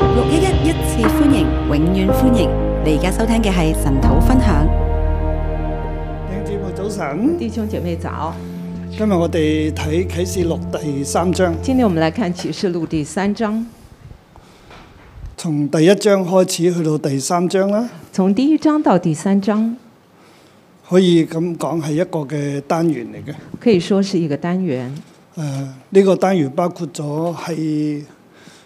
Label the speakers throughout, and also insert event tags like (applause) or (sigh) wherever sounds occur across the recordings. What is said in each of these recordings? Speaker 1: 六一一一次歡迎，永遠歡迎！你而家收聽嘅係神土分享。
Speaker 2: 弟兄姊妹早晨，
Speaker 3: 弟兄姐妹早，
Speaker 2: 今日我哋睇啟示錄第三章，
Speaker 3: 今天我们来看启示录第三章，
Speaker 2: 從第一章開始去到第三章啦，
Speaker 3: 从第一章到第三章，
Speaker 2: 可以咁講係一個嘅單元嚟嘅。誒、呃
Speaker 3: 可以说是一个单元。
Speaker 2: 呢、個單元包括咗係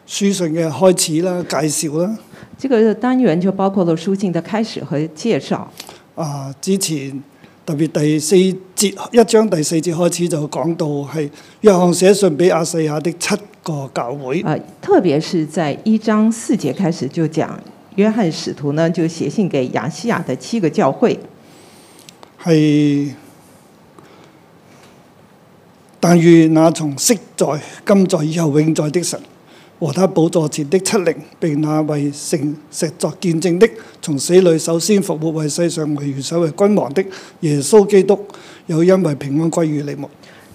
Speaker 2: 書信嘅開始啦、介紹啦。
Speaker 3: 这个单元就包括了书信的开始和介绍。
Speaker 2: 啊，之前特別第四節一章第四節開始就講到係約翰寫信俾亞細亞的七個教會。
Speaker 3: 呃，特别是在一章四节开始就讲，约翰使徒呢就写信给亚细亚的七个教会，
Speaker 2: 係，但願那從昔在、今在、以後永在的神和他寶座前的七靈，並那為聖石作見證的，從死裏首先復活為世上為元首為君王的耶穌基督，又因為平安歸於你們。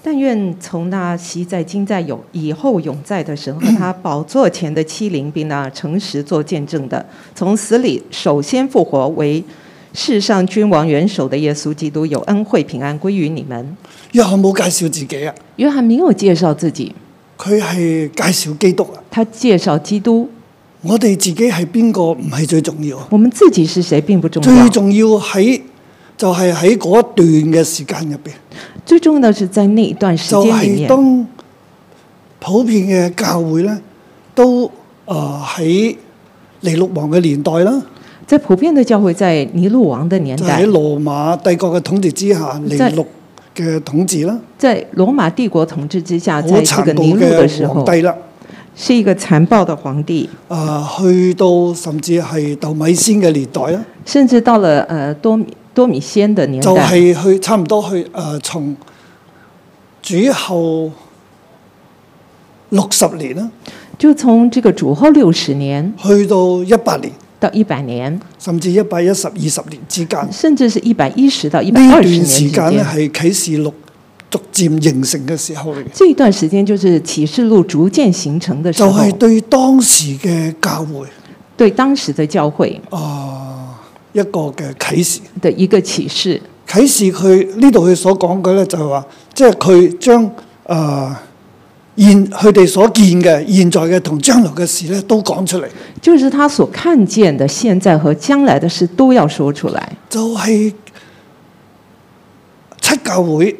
Speaker 3: 但愿从那昔在、今在、有以后永在的神和他宝座前的七灵，并那诚实做见证的，从死里首先复活为世上君王元首的耶稣基督，有恩惠平安归于你们。
Speaker 2: 約翰冇介紹自己啊，
Speaker 3: 约翰没有介绍自己，
Speaker 2: 佢係介紹基督啊。
Speaker 3: 他介绍基督。
Speaker 2: 我哋自己係邊個唔係最重要啊，
Speaker 3: 我们自己是谁并不重
Speaker 2: 最
Speaker 3: 要，
Speaker 2: 重要喺就係喺嗰一段嘅時間入邊。
Speaker 3: 最重要的是在那一段时
Speaker 2: 就
Speaker 3: 间里
Speaker 2: 係
Speaker 3: 面，
Speaker 2: 當普遍嘅教會咧，都誒喺尼禄王嘅年代啦，
Speaker 3: 在普遍的教会，在尼禄王的年
Speaker 2: 就
Speaker 3: 代
Speaker 2: 喺，羅馬帝國嘅統治之下，尼禄嘅統治啦，
Speaker 3: 在羅馬帝國統治之下，
Speaker 2: 好
Speaker 3: 在这
Speaker 2: 殘
Speaker 3: 个
Speaker 2: 暴
Speaker 3: 尼禄的时
Speaker 2: 嘅皇
Speaker 3: 候，
Speaker 2: 帝啦。
Speaker 3: 是一个残暴的皇帝。
Speaker 2: 誒、去到甚至係鬥米仙嘅年代啦，
Speaker 3: 甚至到了呃多米多米仙的年
Speaker 2: 就
Speaker 3: 代，
Speaker 2: 係、去差唔多去誒、呃、從主後六十年啦，
Speaker 3: 就从这个主后六十年
Speaker 2: 去到一百年，
Speaker 3: 到一百年，
Speaker 2: 甚至一百一十二十年之間。
Speaker 3: 甚至是一百一十到一
Speaker 2: 呢
Speaker 3: 百二
Speaker 2: 段
Speaker 3: 十年之
Speaker 2: 時間咧
Speaker 3: 间。
Speaker 2: 係啟示錄逐漸形成嘅時候嚟嘅，
Speaker 3: 这一段时间就是启示录逐渐形成的时
Speaker 2: 就
Speaker 3: 候，
Speaker 2: 係、對當時嘅教會
Speaker 3: 对当时的教会
Speaker 2: 啊、一個嘅啟示。
Speaker 3: 的一个启示。
Speaker 2: 啟示佢呢度佢所講嘅咧就係話，即係佢將誒、呃、現佢哋所見嘅現在嘅同將來嘅事咧都講出嚟，
Speaker 3: 就是他所看见的现在和将来的事都要说出来，
Speaker 2: 就係、七教會。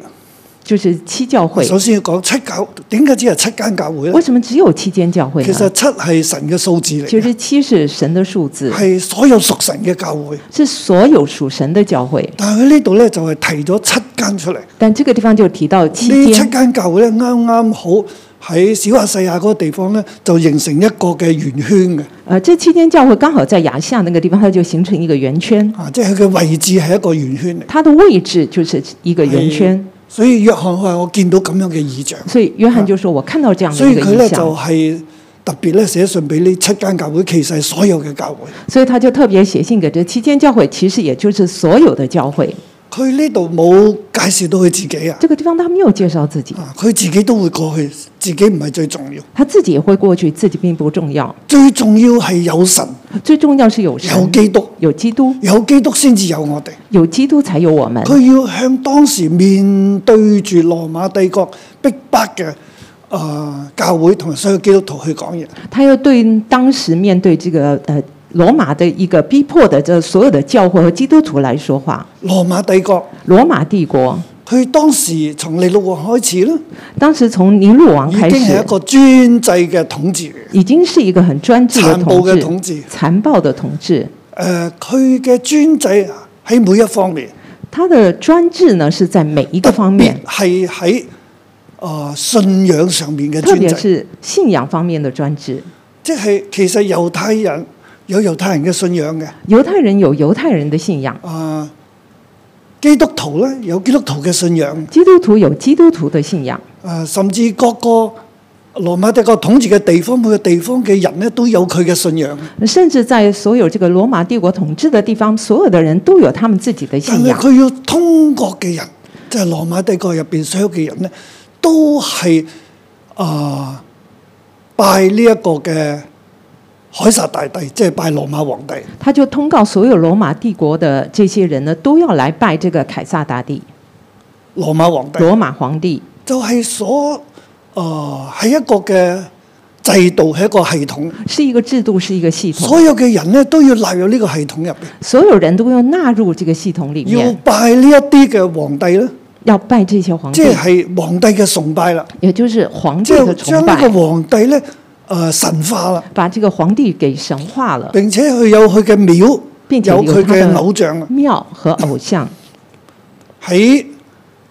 Speaker 3: 就是七教会。
Speaker 2: 首先要講七教，點解只係七間教會
Speaker 3: 为
Speaker 2: 咧？
Speaker 3: 什么只有七间教会
Speaker 2: 其實
Speaker 3: 呢？
Speaker 2: 七係神嘅數字嚟
Speaker 3: 其
Speaker 2: 嘅，
Speaker 3: 实七是神的数字，
Speaker 2: 係所有屬神嘅教會。
Speaker 3: 是所有属神的教会。
Speaker 2: 但係佢呢度咧就係提咗七間出嚟，呢
Speaker 3: 但这个地方就提到七间，
Speaker 2: 七間教會咧啱啱好喺小亞細亞嗰個地方咧就形成一個嘅圓圈嘅，
Speaker 3: 呃，这期间教会刚好在牙下那个地方，它就形成一个圆圈，
Speaker 2: 啊，即係佢嘅位置係一個圓圈嚟。
Speaker 3: 它的位置就是一个圆圈。
Speaker 2: 所以約翰話：我見到咁樣嘅異象，
Speaker 3: 所以约翰就说：“我看到这样
Speaker 2: 哎嗯所
Speaker 3: 的一
Speaker 2: 以
Speaker 3: 个
Speaker 2: 佢
Speaker 3: 影
Speaker 2: 咧
Speaker 3: 像。
Speaker 2: 就係、特別咧寫信俾呢七間教會，其實係所有嘅教會。
Speaker 3: 所以他就特别写信给这期间教会，其实也就是所有的教会。
Speaker 2: 佢呢度冇介紹到佢自己啊，
Speaker 3: 这个地方他没有介绍自己，
Speaker 2: 啊，佢自己都會過去，自己唔係最重要，
Speaker 3: 他自己也会过去，自己并不重要，
Speaker 2: 最重要係有神、
Speaker 3: 最重要是有
Speaker 2: 有
Speaker 3: 神、
Speaker 2: 基督，
Speaker 3: 有基督，
Speaker 2: 有基督先至有我哋。
Speaker 3: 有基督才有我们。
Speaker 2: 佢要向當時面對住羅馬帝國逼迫嘅誒、呃教會同埋所有基督徒去講嘢，
Speaker 3: 他要对当时面对这个呃罗马的一个逼迫的这所有的教会和基督徒来说话。
Speaker 2: 羅馬帝國
Speaker 3: 罗马帝国
Speaker 2: 佢當時從尼祿王開始啦，
Speaker 3: 当时从尼禄王
Speaker 2: 已
Speaker 3: 开
Speaker 2: 經係
Speaker 3: 始
Speaker 2: 一，個專制嘅統治嚟嘅。
Speaker 3: 已經是一個很專制的
Speaker 2: 殘暴
Speaker 3: 统
Speaker 2: 嘅
Speaker 3: 治，
Speaker 2: 統治
Speaker 3: 殘暴的統治。
Speaker 2: 誒呃佢嘅專制喺每一方面，
Speaker 3: 他的專制呢是在每一個方面，
Speaker 2: 特別係喺誒信仰上面嘅
Speaker 3: 特
Speaker 2: 專
Speaker 3: 別
Speaker 2: 制，
Speaker 3: 是信仰方面的專制。
Speaker 2: 即係其實猶太人有猶太人嘅信仰嘅，
Speaker 3: 猶太人有猶太人的信仰，
Speaker 2: 啊、基督徒咧有基督徒嘅信仰。
Speaker 3: 基督徒有基督徒的信仰，
Speaker 2: 誒、呃甚至各個羅馬帝國統治嘅地方，每個地方嘅人咧都有佢嘅信仰，
Speaker 3: 甚至在所有這個羅馬帝國統治的地方，所有的人都有他們自己的
Speaker 2: 但
Speaker 3: 信
Speaker 2: 係
Speaker 3: 仰。
Speaker 2: 佢要通過嘅人，即係羅馬帝國入邊所有嘅人咧，都係啊、拜呢一個嘅凱撒大帝，即係拜羅馬皇帝。
Speaker 3: 他就通告所有罗马帝国的这些人呢，都要来拜这个凯撒大帝，
Speaker 2: 羅馬皇帝
Speaker 3: 罗马皇帝。
Speaker 2: 就係所誒係一個嘅制度，係一個系統，
Speaker 3: 是一个制度，是一个系统，
Speaker 2: 所有嘅人咧都要納入呢個系統入邊，
Speaker 3: 所有人都要纳入这个系统里
Speaker 2: 要
Speaker 3: 面，
Speaker 2: 拜呢一啲嘅皇帝咧，
Speaker 3: 要拜这些皇帝
Speaker 2: 即，係皇帝嘅崇拜啦，
Speaker 3: 也就是皇帝
Speaker 2: 即係
Speaker 3: 的
Speaker 2: 將
Speaker 3: 崇
Speaker 2: 呢
Speaker 3: 拜，
Speaker 2: 個皇帝咧誒、呃神化啦，
Speaker 3: 把这个皇帝给神化了。
Speaker 2: 並且佢有佢嘅廟，
Speaker 3: 並且有
Speaker 2: 有佢
Speaker 3: 他
Speaker 2: 嘅
Speaker 3: 的
Speaker 2: 偶像啦，
Speaker 3: 庙和偶像，
Speaker 2: 喺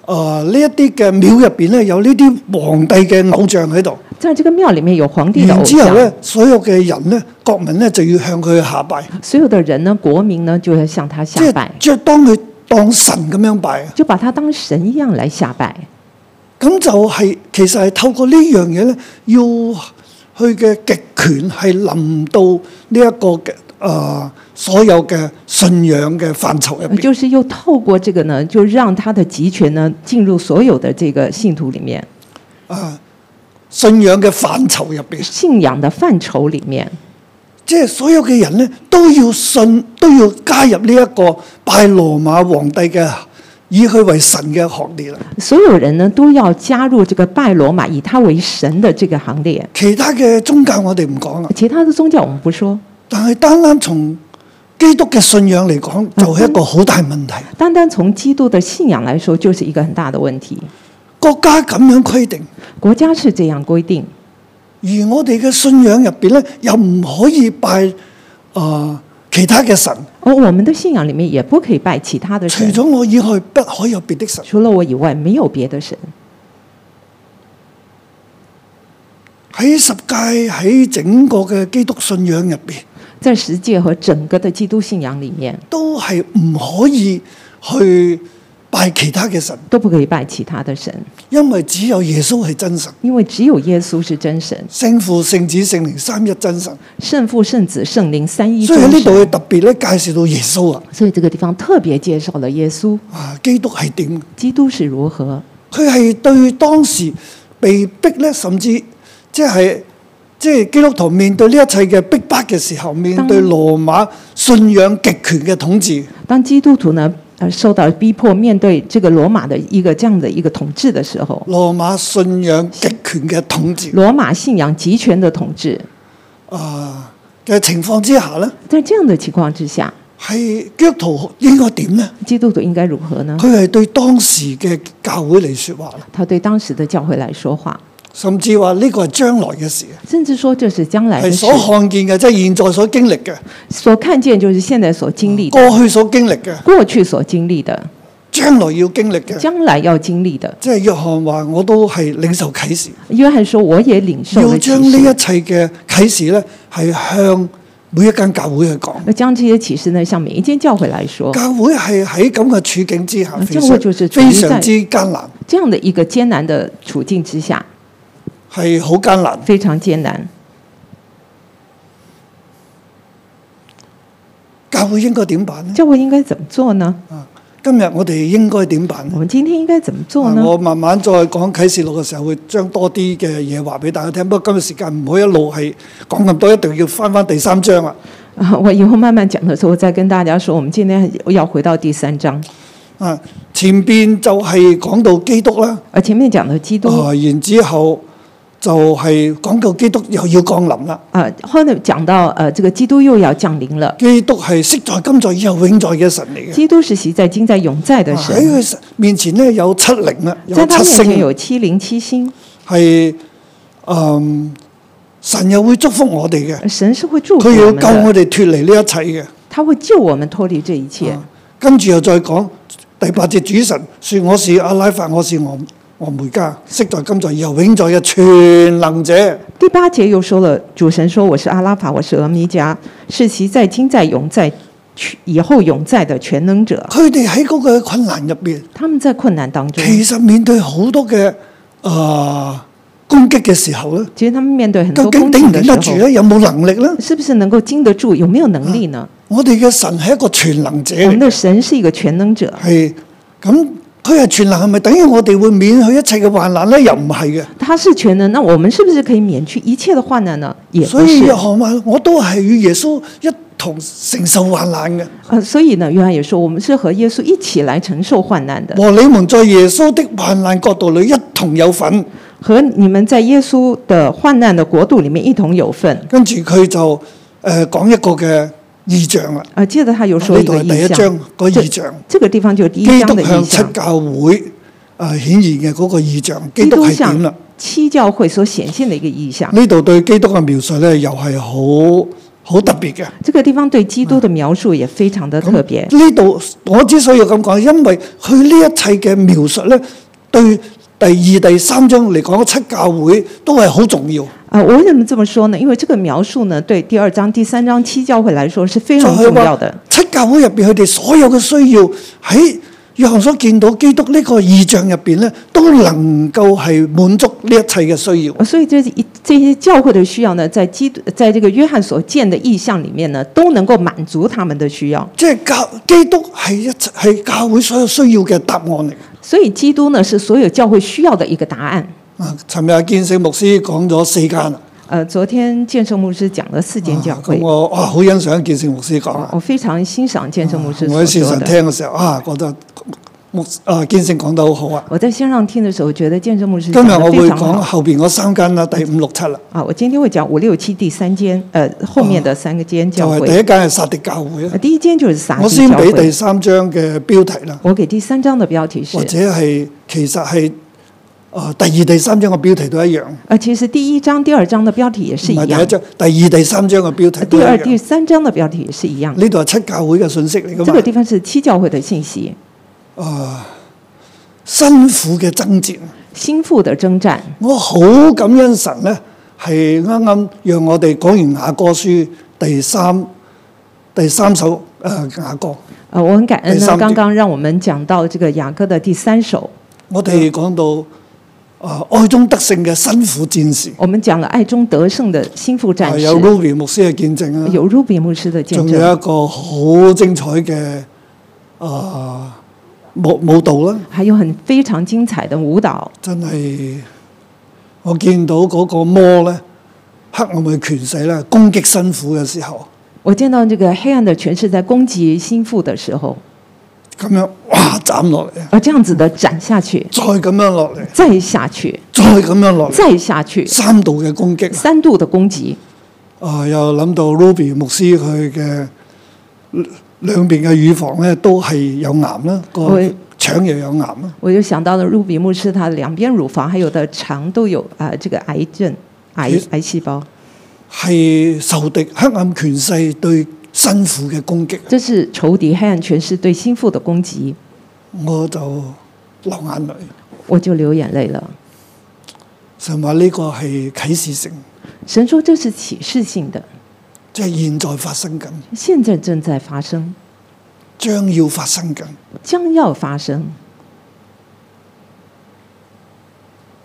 Speaker 2: 誒呢一啲嘅廟入邊咧有呢啲皇帝嘅偶像喺度，
Speaker 3: 在这个庙里面有皇帝的
Speaker 2: 然
Speaker 3: 偶
Speaker 2: 之後
Speaker 3: 像
Speaker 2: 咧，所有嘅人咧國民咧就要向佢下拜，
Speaker 3: 所有的人呢，國民呢，就要向他
Speaker 2: 即
Speaker 3: 下拜
Speaker 2: 係，將當佢當神咁樣拜。
Speaker 3: 就把他当神一樣来下拜。
Speaker 2: 咁就係、其實係透過呢樣嘢咧，要去嘅極權係臨到呢一個嘅誒、呃所有嘅信仰嘅範疇入邊，
Speaker 3: 啊就是又透過這個呢，就讓他的集權呢進入所有的這個信徒裡面，
Speaker 2: 信仰嘅範疇入邊，
Speaker 3: 信仰的範疇裡面，
Speaker 2: 即係所有嘅人咧都要信，都要加入呢一個拜羅馬皇帝嘅以佢為神嘅行列啦。
Speaker 3: 所有人呢都要加入這個拜羅馬，以他為神的這個行列。
Speaker 2: 其他嘅宗教我哋唔講啦，
Speaker 3: 其他的宗教我們不說，
Speaker 2: 但係單單從基督嘅信仰嚟講，就係、一個好大問題。
Speaker 3: 單單從基督的信仰來說，就是一個很大的問題。
Speaker 2: 國家咁樣規定。
Speaker 3: 國家是這樣規定，
Speaker 2: 而我哋嘅信仰入邊咧，又唔可以拜啊、呃其他嘅神，
Speaker 3: 而我們的信仰裡面也不可以拜其他的
Speaker 2: 除
Speaker 3: 神，
Speaker 2: 咗我以外，不可以有別的神。
Speaker 3: 除了我以外沒有別的神。
Speaker 2: 喺十戒喺整個嘅基督信仰入邊，
Speaker 3: 在十诫和整個的基督信仰裡面，
Speaker 2: 都係唔可以去拜其他嘅神，
Speaker 3: 都不可以拜其他的神，
Speaker 2: 因為只有耶穌係真神，
Speaker 3: 因為只有耶穌是真神，
Speaker 2: 聖父、聖子、聖靈三一真神。
Speaker 3: 聖父、聖子、聖靈三一
Speaker 2: 所
Speaker 3: 真
Speaker 2: 以喺呢度佢
Speaker 3: 神。
Speaker 2: 特別咧介紹到耶穌啊，
Speaker 3: 所以這個地方特別介紹了耶穌，
Speaker 2: 啊基督係點？
Speaker 3: 基督是如何，
Speaker 2: 佢係對當時被逼咧，甚至即係即係基督徒面對呢一切嘅逼迫嘅時候，面對羅馬信仰極權嘅統治，
Speaker 3: 當基督徒呢呃受到逼迫，面對這個羅馬的一個這樣的一個統治的時候，
Speaker 2: 羅馬信仰極權嘅統治
Speaker 3: 羅馬信仰集權的統治，
Speaker 2: 啊嘅情況之下咧，
Speaker 3: 在這樣的情況之下，
Speaker 2: 係基督徒應該點咧？
Speaker 3: 基督徒應該如何呢？
Speaker 2: 佢係對當時嘅教會嚟説話，
Speaker 3: 他對當時的教會來說話，
Speaker 2: 甚至話呢個係將來嘅事，啊
Speaker 3: 甚至說這是將來的
Speaker 2: 係
Speaker 3: 事
Speaker 2: 所，看見嘅，即係現在所經歷嘅，
Speaker 3: 所看見就是現在所經歷的。
Speaker 2: 過去所經歷嘅，
Speaker 3: 過去所經歷的，
Speaker 2: 將來要經歷嘅。
Speaker 3: 將來要經歷的。
Speaker 2: 即係約翰話：我都係領受啟示。
Speaker 3: 約翰說：“我也領受
Speaker 2: 要
Speaker 3: 了
Speaker 2: 將呢
Speaker 3: 啟
Speaker 2: 一
Speaker 3: 示。
Speaker 2: 切嘅啟示咧，係向每一間教會去講。”
Speaker 3: 要將這些啟示呢，向每一間教會來說，
Speaker 2: 教會係喺咁嘅處境之下，
Speaker 3: 哦嗯
Speaker 2: 非
Speaker 3: 教會就是
Speaker 2: 常
Speaker 3: 處於
Speaker 2: 非
Speaker 3: 在
Speaker 2: 常之艱難，
Speaker 3: 這樣的一個艱難的處境之下，
Speaker 2: 係好艱難。
Speaker 3: 非常艱難。
Speaker 2: 教會應該點辦呢？啊
Speaker 3: 教會應該怎麼做呢？
Speaker 2: 今日我哋應該點辦呢？
Speaker 3: 我們今天應該怎麼做
Speaker 2: 啊
Speaker 3: 呢？
Speaker 2: 我慢慢再講啟示錄嘅時候，會將多啲嘅嘢話俾大家聽。不過今日時間唔好一路係講咁多，一定要翻翻第三章啦。
Speaker 3: 啊， (laughs) 我以後慢慢講的時候，我再跟大家說，我們今天要回到第三章，
Speaker 2: 啊，前邊就係講到基督啦，
Speaker 3: 而呃前面講的基督
Speaker 2: 啊，然之後就係講到基督又要降臨啦。
Speaker 3: 啊，後面講到呃，這個基督又要降臨了。
Speaker 2: 基督係昔在、今在、以後永在嘅神嚟嘅。
Speaker 3: 基督是昔在、今在、永在的
Speaker 2: 喺佢
Speaker 3: 神，
Speaker 2: 面前咧有七靈啦，哎有
Speaker 3: 在他
Speaker 2: 七
Speaker 3: 面前
Speaker 2: 星，
Speaker 3: 有七靈七星，
Speaker 2: 係嗯神又會祝福我哋嘅，
Speaker 3: 神是會祝福
Speaker 2: 佢要
Speaker 3: 我們
Speaker 2: 救
Speaker 3: 的。
Speaker 2: 我哋脱離呢一切嘅。啊
Speaker 3: 他會救我們脫離這一切。
Speaker 2: 哦跟住又再講第八節，主神説：我是阿拉法，我是我我梅加，昔在、今在、以後永在嘅全能者。
Speaker 3: 第八節又說了，主神說：“我是阿拉法，我是俄米迦，是其在、今在、永在、全以后永在的全能者。
Speaker 2: 佢哋喺嗰個困難入邊，”
Speaker 3: 他們在困難當中，
Speaker 2: 其實面對好多嘅啊攻擊嘅時候咧，
Speaker 3: 其實他們面對很
Speaker 2: 究
Speaker 3: 多
Speaker 2: 竟
Speaker 3: 攻
Speaker 2: 頂唔
Speaker 3: 擊
Speaker 2: 頂得
Speaker 3: 的
Speaker 2: 住
Speaker 3: 時候，
Speaker 2: 咧？有冇能力咧？
Speaker 3: 是不是能夠經得住？有沒有能力呢？
Speaker 2: 我哋嘅神係一個全能者
Speaker 3: 我們
Speaker 2: 嚟，
Speaker 3: 的神是一個全能者，
Speaker 2: 係咁佢係全能，係咪等於我哋會免去一切嘅患難咧？又唔係
Speaker 3: 他是全能，那我们是不是可以免去一切的患难呢？也
Speaker 2: 嘅，
Speaker 3: 不
Speaker 2: 所以
Speaker 3: 是
Speaker 2: 約。翰話：我都係與耶穌一同承受患難嘅。
Speaker 3: 呃，所以呢，约翰也说，我们是和耶稣一起来承受患难的，
Speaker 2: 和你們在耶穌的患難國度裏一同有份。
Speaker 3: 和你们在耶稣的患难的国度里面一同有份。
Speaker 2: 跟住佢就誒、呃、講一個嘅意象啦。
Speaker 3: 啊，接着他又说
Speaker 2: 呢
Speaker 3: 一
Speaker 2: 度
Speaker 3: 个
Speaker 2: 係啊第
Speaker 3: 意
Speaker 2: 一
Speaker 3: 象
Speaker 2: 章，個意象，
Speaker 3: 这个地方就是第一
Speaker 2: 基
Speaker 3: 章
Speaker 2: 督
Speaker 3: 的意
Speaker 2: 向七
Speaker 3: 象，
Speaker 2: 教會誒顯現嘅嗰個意象，基督
Speaker 3: 基督
Speaker 2: 係
Speaker 3: 像
Speaker 2: 點啦？
Speaker 3: 七教会所顯現的一个意象。
Speaker 2: 呢度對基督嘅描述咧，又係好好特別嘅。
Speaker 3: 这个地方对基督的描述也非常的特别。
Speaker 2: 呢度我之所以咁講，因為佢呢一切嘅描述咧，對第二、第三章嚟講，七教會都係好重要。
Speaker 3: 啊，我为什么这么说呢？因为这个描述呢，对第二章、第三章七教会来说是非
Speaker 2: 就
Speaker 3: 常
Speaker 2: 係
Speaker 3: 重要
Speaker 2: 話
Speaker 3: 的。
Speaker 2: 七教會入邊，佢哋所有嘅需要喺約翰所見到基督呢個意象入邊咧，都能夠係滿足呢一切嘅需要。
Speaker 3: 呃所以这一这些教会的需要呢，在基督在这个约翰所见的意象里面呢，都能够满足他们的需要。
Speaker 2: 即係教基督係一切係教會所有需要嘅答案嚟。
Speaker 3: 所以基督呢，是所有教会需要的一个答案。
Speaker 2: 啊，尋日見聖牧師講咗四間啦，
Speaker 3: 呃，昨天建设牧师讲了四间教
Speaker 2: 啊
Speaker 3: 会
Speaker 2: 咁，我哇好欣賞見聖牧師講啊。
Speaker 3: 我非常欣赏建设牧师
Speaker 2: 我
Speaker 3: 所
Speaker 2: 喺線
Speaker 3: 说
Speaker 2: 上
Speaker 3: 的。
Speaker 2: 聽嘅時候啊，覺得牧啊見聖講得好好啊。
Speaker 3: 我在线上听的时候，觉得建设牧师
Speaker 2: 今
Speaker 3: 讲
Speaker 2: 日
Speaker 3: 的
Speaker 2: 我
Speaker 3: 非
Speaker 2: 會
Speaker 3: 常
Speaker 2: 講
Speaker 3: 好。
Speaker 2: 後邊嗰三間啦，第五六七啦，
Speaker 3: 啊，我今天会讲五六七第三间，呃，后面的三个间
Speaker 2: 就
Speaker 3: 教
Speaker 2: 係
Speaker 3: 会。
Speaker 2: 第一間係撒迪教會啦
Speaker 3: 呃。第一间就是撒
Speaker 2: 啊我
Speaker 3: 基
Speaker 2: 先
Speaker 3: 教
Speaker 2: 俾第
Speaker 3: 会。
Speaker 2: 三章嘅標題啦，
Speaker 3: 我给第三章的标题是
Speaker 2: 或，者係其實係啊第二、第三章嘅標題都一樣，唔
Speaker 3: 呃，其实第一章、第二章的标题也是一
Speaker 2: 係
Speaker 3: 样
Speaker 2: 第一
Speaker 3: 的。
Speaker 2: 章，第二、第三章嘅標題都
Speaker 3: 啊第
Speaker 2: 一
Speaker 3: 二、第
Speaker 2: 樣。
Speaker 3: 三章的标题也是一样的。
Speaker 2: 呢度係七教會嘅信息嚟
Speaker 3: 这
Speaker 2: 噶
Speaker 3: 个
Speaker 2: 嘛？
Speaker 3: 地方是七教会的信息，
Speaker 2: 辛苦嘅爭戰，
Speaker 3: 心腹的征战。
Speaker 2: 我好感恩神咧，係啱啱讓我哋講完雅歌書第三第三首誒、呃雅歌，
Speaker 3: 呃，我很感恩
Speaker 2: 第
Speaker 3: 呢
Speaker 2: 三，
Speaker 3: 刚刚让我们讲到这个雅歌的第三首，
Speaker 2: 我哋講到啊、愛中得勝嘅辛苦戰士，
Speaker 3: 我们讲了爱中得胜的心腹战
Speaker 2: 係
Speaker 3: 士，
Speaker 2: 啊有 Ruby 牧師嘅見證啊。
Speaker 3: 有 Ruby 牧师的见
Speaker 2: 仲有
Speaker 3: 证，
Speaker 2: 一個好精彩嘅啊舞舞蹈啦，
Speaker 3: 还有很非常精彩的舞蹈。
Speaker 2: 真係我見到嗰個魔咧，黑暗嘅權勢咧，攻擊辛苦嘅時候，
Speaker 3: 我见到这个黑暗的权势在攻击心腹的时候，
Speaker 2: 咁樣哇斬落嚟，
Speaker 3: 而这样子的斩下去，
Speaker 2: 再咁樣落嚟，
Speaker 3: 再下去，
Speaker 2: 再咁樣落嚟，
Speaker 3: 再下去，
Speaker 2: 三度嘅攻擊
Speaker 3: 三度的攻击。
Speaker 2: 啊！又諗到 Ruby 牧師佢嘅兩邊嘅乳房咧，都係有癌啦，個
Speaker 3: 喂
Speaker 2: 腸又有癌啦。
Speaker 3: 我就想到了 Ruby 牧师，他两边乳房还有的肠都有啊、呃这个癌症癌
Speaker 2: 其实
Speaker 3: 癌细胞。
Speaker 2: 係受敵黑暗權勢對辛苦嘅攻擊，
Speaker 3: 这是仇敌黑暗权势对心腹的攻击，
Speaker 2: 我就流眼淚。
Speaker 3: 我就流眼泪了。
Speaker 2: 神話呢個係啟示性，
Speaker 3: 神说这是启示性的，
Speaker 2: 即係現在發生緊，
Speaker 3: 现在正在发生，
Speaker 2: 將要發生緊。
Speaker 3: 将要发生。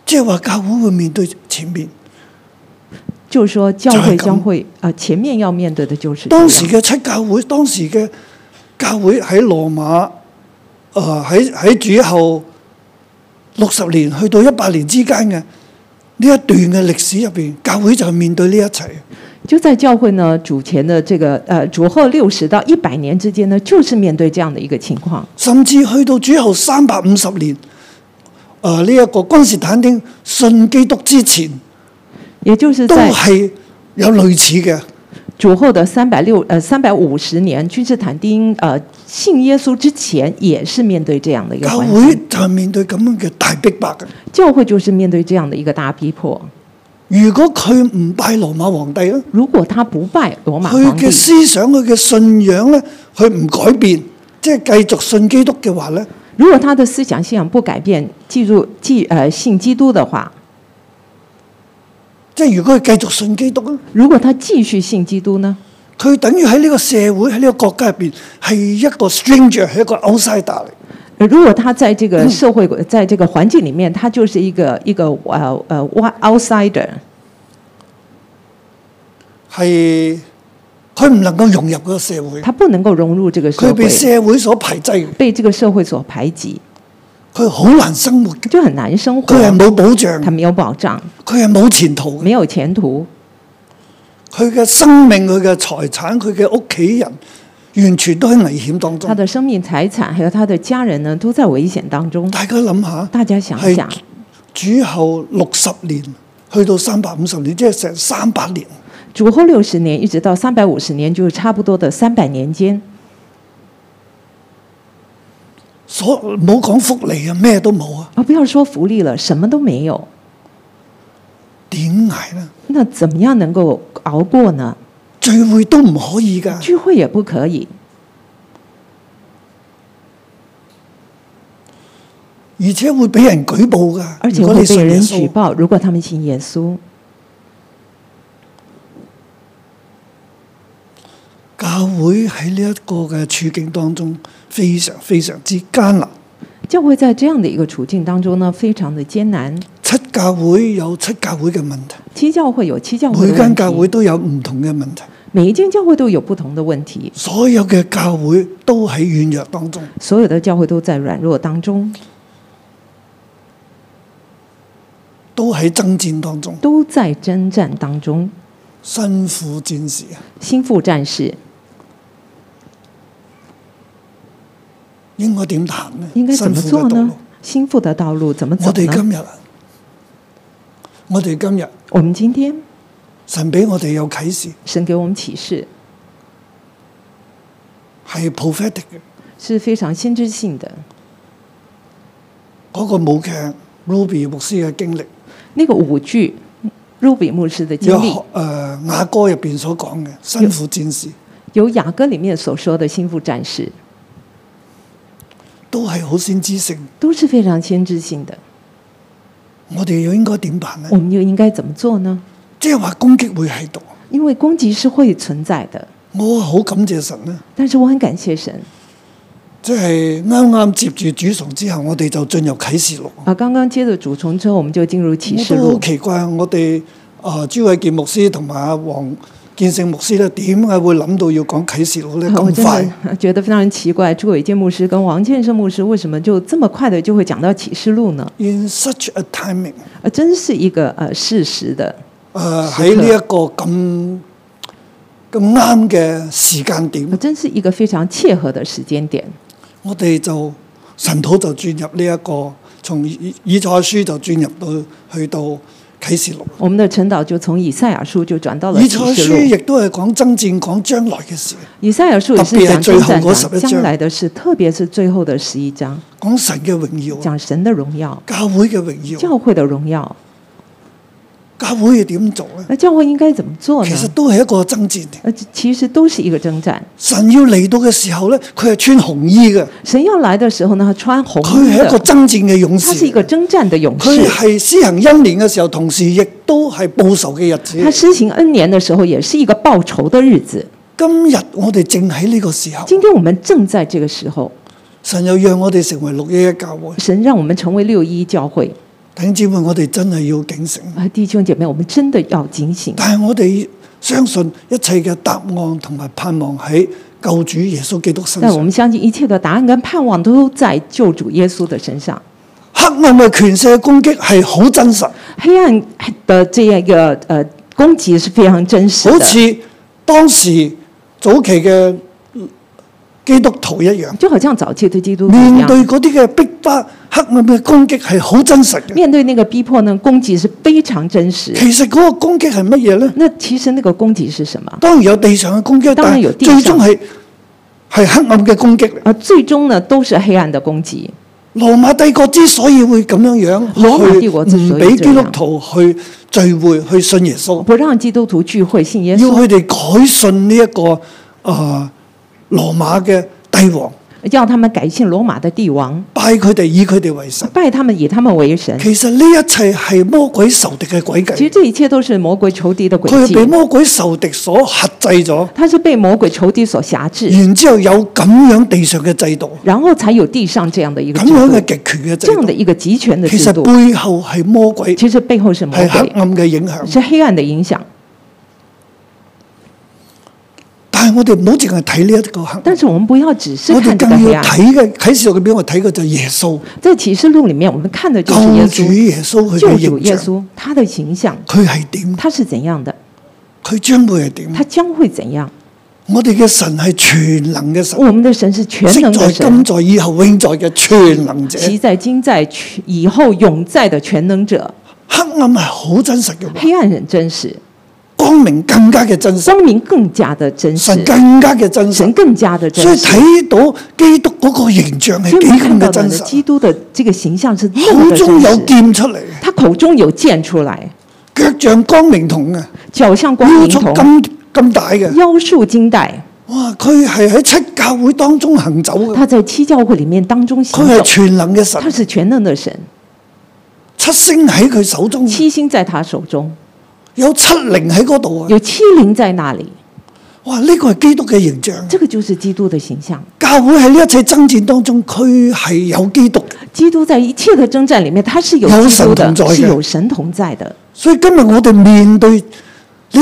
Speaker 2: 即係話教會會面對前面，
Speaker 3: 就是说，教
Speaker 2: 就
Speaker 3: 会
Speaker 2: 是咁
Speaker 3: 将会啊、呃前面要面对的就是这
Speaker 2: 當時
Speaker 3: 样。
Speaker 2: 嘅七教會，當時嘅教會喺羅馬，誒喺喺主後六十年去到一百年之間嘅呢一段嘅歷史入邊，教會就係面對呢一切。
Speaker 3: 就在教会呢主前的这个呃主后六十到一百年之间呢，就是面对这样的一个情况。
Speaker 2: 甚至去到主後三百五十年，誒呢一個君士坦丁信基督之前，
Speaker 3: 也就是
Speaker 2: 都
Speaker 3: 在
Speaker 2: 係有類似嘅。
Speaker 3: 主后的三百六呃三百五十年，君士坦丁呃信耶稣之前，也是面对这样的一个
Speaker 2: 教
Speaker 3: 环
Speaker 2: 會
Speaker 3: 境。
Speaker 2: 就係面對咁樣嘅大逼迫嘅。
Speaker 3: 教会就是面对这样的一个大逼迫。
Speaker 2: 如果佢唔拜羅馬皇帝咧，
Speaker 3: 如果他不拜罗马
Speaker 2: 佢
Speaker 3: 皇帝
Speaker 2: 嘅，思想、佢嘅信仰咧，佢唔改變，即係繼續信基督嘅話咧，
Speaker 3: 如果他的思想信仰不改变，记住记呃信基督的话，
Speaker 2: 即係如果佢繼續信基督咧，
Speaker 3: 如果他继续信基督呢，
Speaker 2: 佢等於喺呢個社會、喺呢個國家入邊係一個 stranger，係一個 outsider 嚟。
Speaker 3: 呃如果他在这个社会、在这个环境里面，他就是一个一个呃呃 one outsider，
Speaker 2: 係佢唔能夠融入嗰個社會，
Speaker 3: 他不能够融入这个社
Speaker 2: 佢
Speaker 3: 会
Speaker 2: 被，社會所排擠嘅，
Speaker 3: 被这个社会所排挤，
Speaker 2: 佢好難生活嘅，
Speaker 3: 就很难生活
Speaker 2: 佢，係冇保障，
Speaker 3: 他没有保障，
Speaker 2: 佢係冇前途嘅。
Speaker 3: 没有前途，
Speaker 2: 佢嘅生命、佢嘅財產、佢嘅屋企人，完全都喺危險當中
Speaker 3: 他。的生命财产还有他的家人呢，都在危险当中。
Speaker 2: 大家諗下，
Speaker 3: 大家想想，
Speaker 2: 哎主後六十年去到三百五十年，即係成三百年，
Speaker 3: 主后六十年一直到三百五十年，就是差不多的三百年间，
Speaker 2: 所唔好講福利啊，咩都冇啊，
Speaker 3: 啊，不要说福利了，什么都没有，
Speaker 2: 點捱呢？
Speaker 3: 那怎么样能够熬过呢？
Speaker 2: 聚會都唔可以㗎，
Speaker 3: 聚会也不可以，
Speaker 2: 而且會俾人舉報㗎。
Speaker 3: 而且
Speaker 2: 如果
Speaker 3: 会
Speaker 2: 你
Speaker 3: 被
Speaker 2: 信耶
Speaker 3: 人举
Speaker 2: 穌，
Speaker 3: 报。如果他们信耶稣，
Speaker 2: 教會喺呢一個嘅處境當中，非常非常之艱難。
Speaker 3: 教会在这样的一个处境当中呢，非常的艰难。
Speaker 2: 七教會有七教會嘅問題，
Speaker 3: 七教会有七教会的
Speaker 2: 每
Speaker 3: 问
Speaker 2: 間
Speaker 3: 题，
Speaker 2: 教會都有唔同嘅問題。
Speaker 3: 每一间教会都有不同的问题，
Speaker 2: 所有嘅教會都喺軟弱當中，
Speaker 3: 所有的教会都在软弱当中，
Speaker 2: 都喺爭戰當中，
Speaker 3: 都在征战当中。
Speaker 2: 辛苦戰士啊！
Speaker 3: 心腹战士
Speaker 2: 應該點行呢？
Speaker 3: 应该怎
Speaker 2: 辛
Speaker 3: 么
Speaker 2: 苦嘅道
Speaker 3: 做呢
Speaker 2: 路。？
Speaker 3: 心腹的道路怎么走
Speaker 2: 我哋
Speaker 3: 呢？
Speaker 2: 今日啊，我哋今日
Speaker 3: 我们今天
Speaker 2: 神俾我哋有啟示，
Speaker 3: 神给我们启示
Speaker 2: 係 prophetic 嘅
Speaker 3: 是非常先知性的。
Speaker 2: 嗰個舞劇 Ruby 牧師嘅經歷，
Speaker 3: 那个舞剧入比牧师的
Speaker 2: 有
Speaker 3: 经历，
Speaker 2: 誒雅歌入邊所講嘅辛苦戰士，
Speaker 3: 有雅歌里面所说的心腹战士，
Speaker 2: 都係好先知性。
Speaker 3: 都是非常先知性的。
Speaker 2: 我哋又應該點辦呢
Speaker 3: 我？们又應該怎么做呢？
Speaker 2: 即係話攻擊會喺度，
Speaker 3: 因為攻擊是會存在的，
Speaker 2: 我好感謝神呢。
Speaker 3: 但是我很感謝神
Speaker 2: 即係啱啱接住主崇之後，我哋就進入啟示錄。
Speaker 3: 啊！剛剛接着主從之後，我們就進入啟示
Speaker 2: 我都好
Speaker 3: 錄。
Speaker 2: 奇怪，我哋啊、朱偉健牧師同埋阿黃建勝牧師咧，點解會諗到要講啟示錄咧
Speaker 3: 啊我
Speaker 2: 咁
Speaker 3: 真
Speaker 2: 快？
Speaker 3: 的觉得非常奇怪，朱伟健牧师跟王建胜牧师为什么就这么快的就会讲到启示录呢？
Speaker 2: In such a timing，
Speaker 3: 啊，真是一个呃事实的，
Speaker 2: 誒
Speaker 3: 啊
Speaker 2: 喺呢一個咁咁啱嘅時間
Speaker 3: 啊
Speaker 2: 點，
Speaker 3: 真是一个非常切合的時間點。
Speaker 2: 我哋就神土就轉入呢、一個從以以賽書就轉入到去到啟示錄。
Speaker 3: 我們的陳導就從以賽亞書就轉到了
Speaker 2: 以賽
Speaker 3: 啟示
Speaker 2: 書
Speaker 3: 錄。
Speaker 2: 亦都係講爭戰、講將來嘅事，
Speaker 3: 以賽亞書也是
Speaker 2: 特別
Speaker 3: 講
Speaker 2: 係最後
Speaker 3: 征
Speaker 2: 嗰
Speaker 3: 戰
Speaker 2: 11
Speaker 3: 講
Speaker 2: 章
Speaker 3: 將來的事，特別是最後的十一章，
Speaker 2: 講神嘅榮耀、
Speaker 3: 講神的榮耀、
Speaker 2: 教會嘅榮耀、
Speaker 3: 教會的榮耀。
Speaker 2: 教會要點做咧？
Speaker 3: 那教會應該怎麼做呢
Speaker 2: 其？實都係一個爭戰嚟。
Speaker 3: 呃，其實都是一個征戰。
Speaker 2: 神要嚟到嘅時候咧，佢係穿紅衣嘅，
Speaker 3: 神要來的時候呢，他穿紅
Speaker 2: 佢
Speaker 3: 衣
Speaker 2: 係一個
Speaker 3: 的，
Speaker 2: 爭戰嘅勇
Speaker 3: 他
Speaker 2: 士
Speaker 3: 是一。個征戰的勇
Speaker 2: 佢
Speaker 3: 士。
Speaker 2: 係施行恩年嘅時候，同時亦都係報仇嘅日子。
Speaker 3: 他施行恩年的時候，也是一個報仇的日子。
Speaker 2: 今日我哋正喺呢個時候，
Speaker 3: 今天我們正在這個時候，
Speaker 2: 神又讓我哋成為六一一教會。
Speaker 3: 神讓我們成為六一教會。
Speaker 2: 弟兄姊妹，我哋真係要警醒，
Speaker 3: 啊，弟兄姐妹，我們真的要警醒。
Speaker 2: 但係我哋相信一切嘅答案同埋盼望喺救主耶穌基督身
Speaker 3: 但我
Speaker 2: 上。
Speaker 3: 們相信一切的答案跟盼望都在救主耶穌的身上。
Speaker 2: 黑暗嘅權勢嘅攻擊係好真實，
Speaker 3: 黑暗的这样一个呃攻擊是非常真實
Speaker 2: 好
Speaker 3: 的，
Speaker 2: 似當時早期嘅基督徒一樣。
Speaker 3: 就好像早期的基督徒一
Speaker 2: 面
Speaker 3: 樣。
Speaker 2: 對嗰啲嘅逼迫、黑暗嘅攻擊係好真實嘅。
Speaker 3: 面對那個逼迫呢，攻擊是非常真實。
Speaker 2: 其實嗰個攻擊係乜嘢呢？
Speaker 3: 那其實那個攻擊是什麼？
Speaker 2: 當然有地上嘅攻擊，
Speaker 3: 當然
Speaker 2: 但
Speaker 3: 有
Speaker 2: 係
Speaker 3: 地
Speaker 2: 最
Speaker 3: 上
Speaker 2: 終係係黑暗嘅攻擊嚟。
Speaker 3: 啊，最終呢都是黑暗的攻擊。
Speaker 2: 羅馬帝國之所以會咁樣樣，
Speaker 3: 羅馬帝國之所以
Speaker 2: 去唔俾基督徒去聚會、去信耶穌，
Speaker 3: 不讓基督徒聚會信耶
Speaker 2: 要
Speaker 3: 穌，
Speaker 2: 佢哋改信呢、一個啊、羅馬嘅帝王，
Speaker 3: 叫他們改信羅馬的帝王，
Speaker 2: 拜佢哋，以佢哋為神。
Speaker 3: 拜他們以他們為神。
Speaker 2: 其實呢一切係魔鬼仇敵嘅詭
Speaker 3: 其實
Speaker 2: 計，
Speaker 3: 這一切都是魔鬼仇敵的詭
Speaker 2: 佢係被
Speaker 3: 計，
Speaker 2: 魔鬼仇敵所克制咗。
Speaker 3: 他是被魔鬼仇敵所轄制，
Speaker 2: 然之後有咁樣地上嘅制度，
Speaker 3: 然後才有地上這樣的一個
Speaker 2: 咁
Speaker 3: 制
Speaker 2: 樣嘅
Speaker 3: 度，
Speaker 2: 極權嘅
Speaker 3: 這樣
Speaker 2: 制
Speaker 3: 的
Speaker 2: 度，
Speaker 3: 一個集權的
Speaker 2: 其
Speaker 3: 制
Speaker 2: 實
Speaker 3: 度。
Speaker 2: 背後係魔鬼，
Speaker 3: 其實背後是魔
Speaker 2: 係黑
Speaker 3: 鬼，
Speaker 2: 暗嘅影響。
Speaker 3: 是黑暗的影響。
Speaker 2: 但係我哋唔好淨係睇呢一個黑暗，
Speaker 3: 但是我们不要只是
Speaker 2: 我
Speaker 3: 看
Speaker 2: 哋
Speaker 3: 这个
Speaker 2: 更
Speaker 3: 黑
Speaker 2: 要
Speaker 3: 暗。
Speaker 2: 睇嘅啟示錄嘅俾我睇嘅就係耶穌，
Speaker 3: 在启示录里面，我们看的就是耶
Speaker 2: 救主
Speaker 3: 稣，
Speaker 2: 耶穌佢
Speaker 3: 救
Speaker 2: 嘅
Speaker 3: 主
Speaker 2: 形
Speaker 3: 耶
Speaker 2: 象，
Speaker 3: 稣他的形象，
Speaker 2: 佢係點？
Speaker 3: 他是怎样的，
Speaker 2: 佢將會係點？
Speaker 3: 他将会怎样。
Speaker 2: 我哋嘅神係全能嘅神，
Speaker 3: 我们的神是全
Speaker 2: 昔
Speaker 3: 能的
Speaker 2: 在、今
Speaker 3: 神，
Speaker 2: 在、以後永在嘅全能者。
Speaker 3: 其在今在全以后永在的全能者。
Speaker 2: 黑暗係好真實嘅喎，
Speaker 3: 黑暗很真实，
Speaker 2: 光明更加嘅真實，
Speaker 3: 光明更加的真实
Speaker 2: 神，更加嘅真
Speaker 3: 神
Speaker 2: 實。
Speaker 3: 更加的真
Speaker 2: 所以
Speaker 3: 实。
Speaker 2: 睇到基督嗰個形象係
Speaker 3: 所以
Speaker 2: 幾
Speaker 3: 我们看
Speaker 2: 咁嘅
Speaker 3: 到的
Speaker 2: 真
Speaker 3: 呢基
Speaker 2: 實，
Speaker 3: 督的这个形象是那么
Speaker 2: 口
Speaker 3: 的
Speaker 2: 中
Speaker 3: 真
Speaker 2: 有
Speaker 3: 实，
Speaker 2: 劍出嚟，
Speaker 3: 他口中有剑出来，
Speaker 2: 腳像光明筒嘅，
Speaker 3: 脚像光
Speaker 2: 腰
Speaker 3: 明
Speaker 2: 束
Speaker 3: 铜，
Speaker 2: 金金帶嘅。
Speaker 3: 腰束金带。
Speaker 2: 哇！佢係喺七教會當中行走嘅，
Speaker 3: 他在七教会里面当中行
Speaker 2: 佢係
Speaker 3: 走，
Speaker 2: 全能嘅神
Speaker 3: 他，是全能的神，
Speaker 2: 七星喺佢手中，
Speaker 3: 七星在他手中，
Speaker 2: 有七靈喺嗰度啊！
Speaker 3: 有七灵在那里，
Speaker 2: 哇！呢個係基督嘅形象，
Speaker 3: 这个就是基督的形象。
Speaker 2: 教會喺呢一切爭戰當中，佢係有基督嘅。
Speaker 3: 基督在一切的征战里面，他是有
Speaker 2: 有
Speaker 3: 基督
Speaker 2: 神同
Speaker 3: 的，
Speaker 2: 在嘅
Speaker 3: 是有神同在的。
Speaker 2: 所以今日我哋面對呢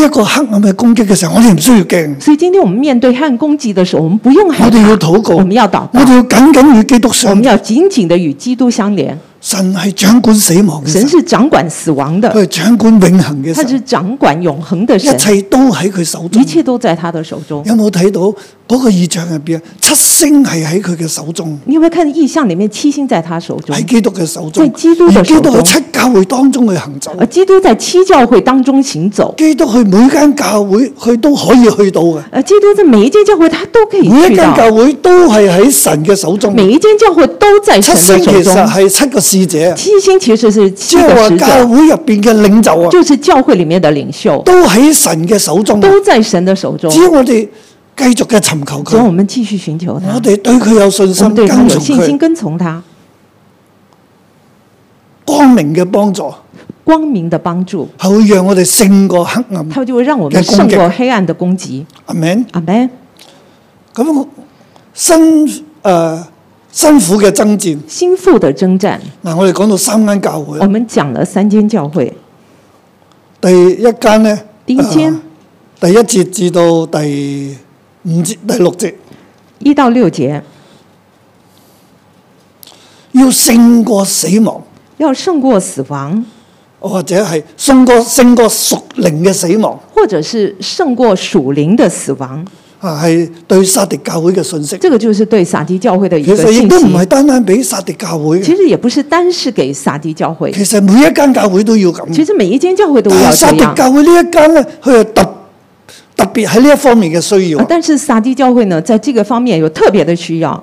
Speaker 2: 一個黑暗嘅攻擊嘅時候，我哋唔需要驚，
Speaker 3: 所以今天我们面对和攻击的时候，我们不用害
Speaker 2: 我哋
Speaker 3: 怕，
Speaker 2: 要禱告，
Speaker 3: 我们要祷
Speaker 2: 我
Speaker 3: 告，
Speaker 2: 哋要緊緊與基督
Speaker 3: 我
Speaker 2: 相
Speaker 3: 们
Speaker 2: 連。
Speaker 3: 要紧紧的与基督相连。
Speaker 2: 神係掌管死亡嘅
Speaker 3: 神
Speaker 2: 神，
Speaker 3: 是掌管死亡的，
Speaker 2: 佢係掌管永恒嘅
Speaker 3: 他是
Speaker 2: 神，
Speaker 3: 掌管永恒的神
Speaker 2: 一，切都喺佢手中
Speaker 3: 一。切都在他的手中。
Speaker 2: 有冇睇到嗰個異象入邊啊？七星係喺佢嘅手中，
Speaker 3: 你有没有看意象里面七星在他手中
Speaker 2: 喺？基督嘅手
Speaker 3: 在
Speaker 2: 中。
Speaker 3: 基督
Speaker 2: 而
Speaker 3: 的
Speaker 2: 基
Speaker 3: 手
Speaker 2: 督喺
Speaker 3: 中，啊
Speaker 2: 七教會當中去行走，
Speaker 3: 而呃基督在七教会当中行走，
Speaker 2: 基督去每間教會佢都可以去到嘅，
Speaker 3: 呃，基督在每一间教会他都可以
Speaker 2: 每一
Speaker 3: 去
Speaker 2: 間
Speaker 3: 到，
Speaker 2: 教會都係喺神嘅手中。
Speaker 3: 每一间教会都在
Speaker 2: 七
Speaker 3: 神
Speaker 2: 星
Speaker 3: 的
Speaker 2: 其
Speaker 3: 手
Speaker 2: 實
Speaker 3: 中。
Speaker 2: 係七個使者啊。
Speaker 3: 七星其实是
Speaker 2: 即
Speaker 3: 七
Speaker 2: 係
Speaker 3: 个
Speaker 2: 話
Speaker 3: 使
Speaker 2: 教
Speaker 3: 者，
Speaker 2: 會入邊嘅領袖啊，
Speaker 3: 就是教会里面的领袖，
Speaker 2: 都喺神嘅手中啊。
Speaker 3: 都在神的手中
Speaker 2: 只。要我哋繼續嘅尋求
Speaker 3: 只要我
Speaker 2: 佢，
Speaker 3: 们继续寻求
Speaker 2: 我
Speaker 3: 他，
Speaker 2: 哋對佢有信
Speaker 3: 我
Speaker 2: 心，
Speaker 3: 们对
Speaker 2: 跟
Speaker 3: 他有
Speaker 2: 從
Speaker 3: 信心，
Speaker 2: 佢
Speaker 3: 跟从他，
Speaker 2: 光明嘅幫助，
Speaker 3: 光明的帮助，
Speaker 2: 係會讓我哋勝過黑暗。
Speaker 3: 他就会让我
Speaker 2: 在
Speaker 3: 们
Speaker 2: 攻
Speaker 3: 胜
Speaker 2: 击
Speaker 3: 过黑暗的攻击。
Speaker 2: 阿明，
Speaker 3: 阿门。
Speaker 2: 咁我辛誒、呃辛苦嘅爭戰
Speaker 3: 心腹的征战，
Speaker 2: 嗱，我哋講到三間教會
Speaker 3: 我，們讲了三间教会，
Speaker 2: 第一間咧，
Speaker 3: 第一間
Speaker 2: 呃第一節至到第五節、第六節，
Speaker 3: 一到六节
Speaker 2: 要勝過死亡，
Speaker 3: 要胜过死亡，
Speaker 2: 或者係勝過勝過屬靈嘅死亡。
Speaker 3: 或者是胜过属灵的死亡。
Speaker 2: 啊，係對撒迪教會嘅信息。
Speaker 3: 这个就是对撒迪教会的一
Speaker 2: 其
Speaker 3: 个
Speaker 2: 實亦
Speaker 3: 信
Speaker 2: 都唔係
Speaker 3: 息。
Speaker 2: 單單俾撒迪教會嘅，
Speaker 3: 其实也不是单是给撒迪教会，
Speaker 2: 其實每一間教會都要
Speaker 3: 其
Speaker 2: 咁。
Speaker 3: 实每一间教会都
Speaker 2: 但
Speaker 3: 要
Speaker 2: 係
Speaker 3: 这
Speaker 2: 撒迪
Speaker 3: 样。
Speaker 2: 教會呢一間咧，佢係特特別喺呢一方面嘅需
Speaker 3: 啊
Speaker 2: 要。
Speaker 3: 但是撒迪教会呢，在这个方面有特别的需要。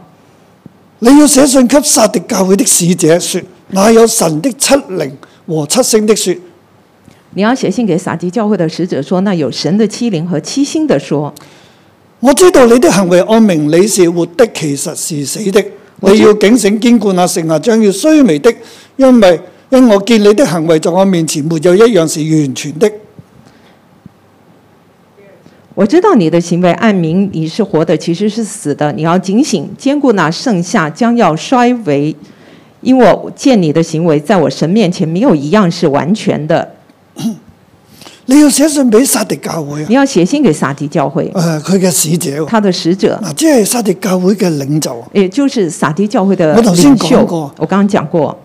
Speaker 2: 你要寫信給撒迪教會的使者說：那有神的七靈和七星的說，
Speaker 3: 你要写信给撒迪教会的使者说，那有神的欺凌和七星的说，
Speaker 2: 我知道你的行為按明你是活的，其實是死的。
Speaker 3: 我
Speaker 2: 你
Speaker 3: 知
Speaker 2: 要警醒堅固那剩下將要衰微的，因為因我見你的行為在我面前沒有一樣是完全的。
Speaker 3: 我知道你的行为按明你是活的，其实是死的。你要警醒，兼顾那剩下将要衰微，因我见你的行为在我神面前没有一样是完全的。
Speaker 2: 你要寫信俾撒迪教會啊！
Speaker 3: (laughs) 你要写信给撒迪教会，
Speaker 2: 誒佢嘅使者喎，
Speaker 3: 他的使者，
Speaker 2: 嗱，即係撒迪教會嘅領袖，啊
Speaker 3: 也就是撒迪教会的
Speaker 2: 我头先
Speaker 3: 领
Speaker 2: 讲
Speaker 3: 袖
Speaker 2: 过。
Speaker 3: 我刚刚讲过，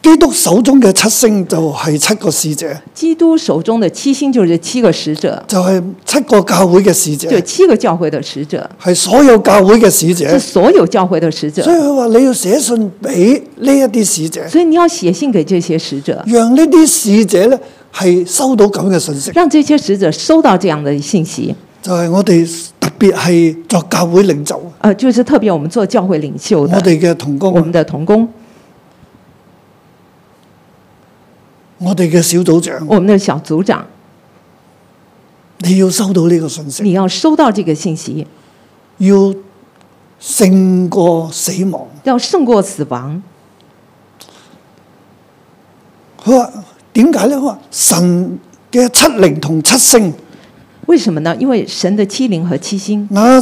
Speaker 2: 基督手中嘅七星就係七個使者，
Speaker 3: 基督手中的七星就是七个使者，
Speaker 2: 就係、七個教會嘅使者
Speaker 3: 就，七个教会的使者，
Speaker 2: 係所有教會嘅使者
Speaker 3: 是。所有教会的使者
Speaker 2: 所。以佢話你要寫信俾呢一啲使者，
Speaker 3: 所以你要写信给这些使者，
Speaker 2: 讓呢啲使者咧係收到咁嘅信息，
Speaker 3: 让这些使者收到这样的信息。
Speaker 2: 就係、我哋特別係作教會領袖，啊
Speaker 3: 呃，就是特别我们做教会领袖
Speaker 2: 我
Speaker 3: 的，
Speaker 2: 哋嘅同
Speaker 3: 我
Speaker 2: 工啊
Speaker 3: 们，的童工，
Speaker 2: 我哋嘅小組長，
Speaker 3: 我们的小组长，
Speaker 2: 你要收到呢個信息，
Speaker 3: 你要收到这个信息，
Speaker 2: 要勝過死亡。
Speaker 3: 要胜过死亡。
Speaker 2: 佢話點解咧？佢話神嘅七靈同七星，
Speaker 3: 为什么呢？因为神的七灵和七星，
Speaker 2: 那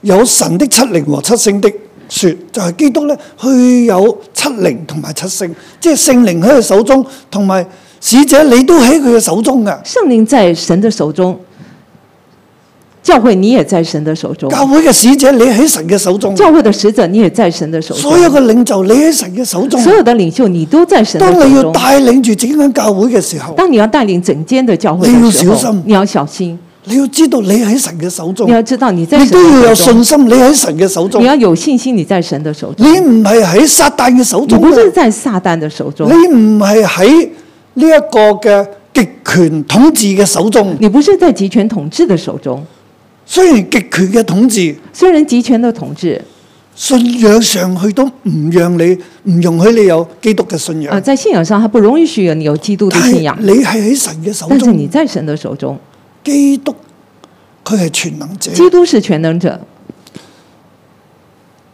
Speaker 2: 有神的七靈和七星的說，就係、基督咧，佢有七靈同埋七星，即係聖靈喺佢手中，同埋啊使者你都喺佢嘅手中噶。
Speaker 3: 圣灵在神的手中，教会你也在神的手中，
Speaker 2: 教會嘅使者你喺神嘅手中，
Speaker 3: 教会的使者你也在神的手中，
Speaker 2: 所有嘅領袖你喺神嘅手中。
Speaker 3: 所有的领袖你都在神的
Speaker 2: 當你
Speaker 3: 手
Speaker 2: 要
Speaker 3: 中。
Speaker 2: 帶領住整間教會嘅時候，
Speaker 3: 当你要带领整间的教会
Speaker 2: 你要
Speaker 3: 的时候，
Speaker 2: 小心
Speaker 3: 你要小心，
Speaker 2: 你要知道你喺神嘅手中
Speaker 3: 你，要知道你在
Speaker 2: 你
Speaker 3: 神
Speaker 2: 都要
Speaker 3: 的
Speaker 2: 有
Speaker 3: 手中，
Speaker 2: 信心，你喺神嘅手中
Speaker 3: 你，要有信心，你在神的手
Speaker 2: 你
Speaker 3: 中，
Speaker 2: 唔係喺撒旦嘅手
Speaker 3: 你
Speaker 2: 中啊
Speaker 3: 不是
Speaker 2: 嘅，
Speaker 3: 在撒旦的手中，
Speaker 2: 你唔係喺呢一個嘅極權統治嘅手中。
Speaker 3: 你不是在集权统治的手中。
Speaker 2: 雖然極權嘅統治。
Speaker 3: 虽然集权的统治
Speaker 2: 信仰上去都唔讓你唔容許你有基督嘅信
Speaker 3: 啊、呃
Speaker 2: 仰，
Speaker 3: 在信仰上它不容易许你有基督的
Speaker 2: 但係
Speaker 3: 信仰，
Speaker 2: 你係喺神嘅手
Speaker 3: 但是
Speaker 2: 中
Speaker 3: 你，在神的手中，
Speaker 2: 基督佢係全能者，
Speaker 3: 基督是全能者，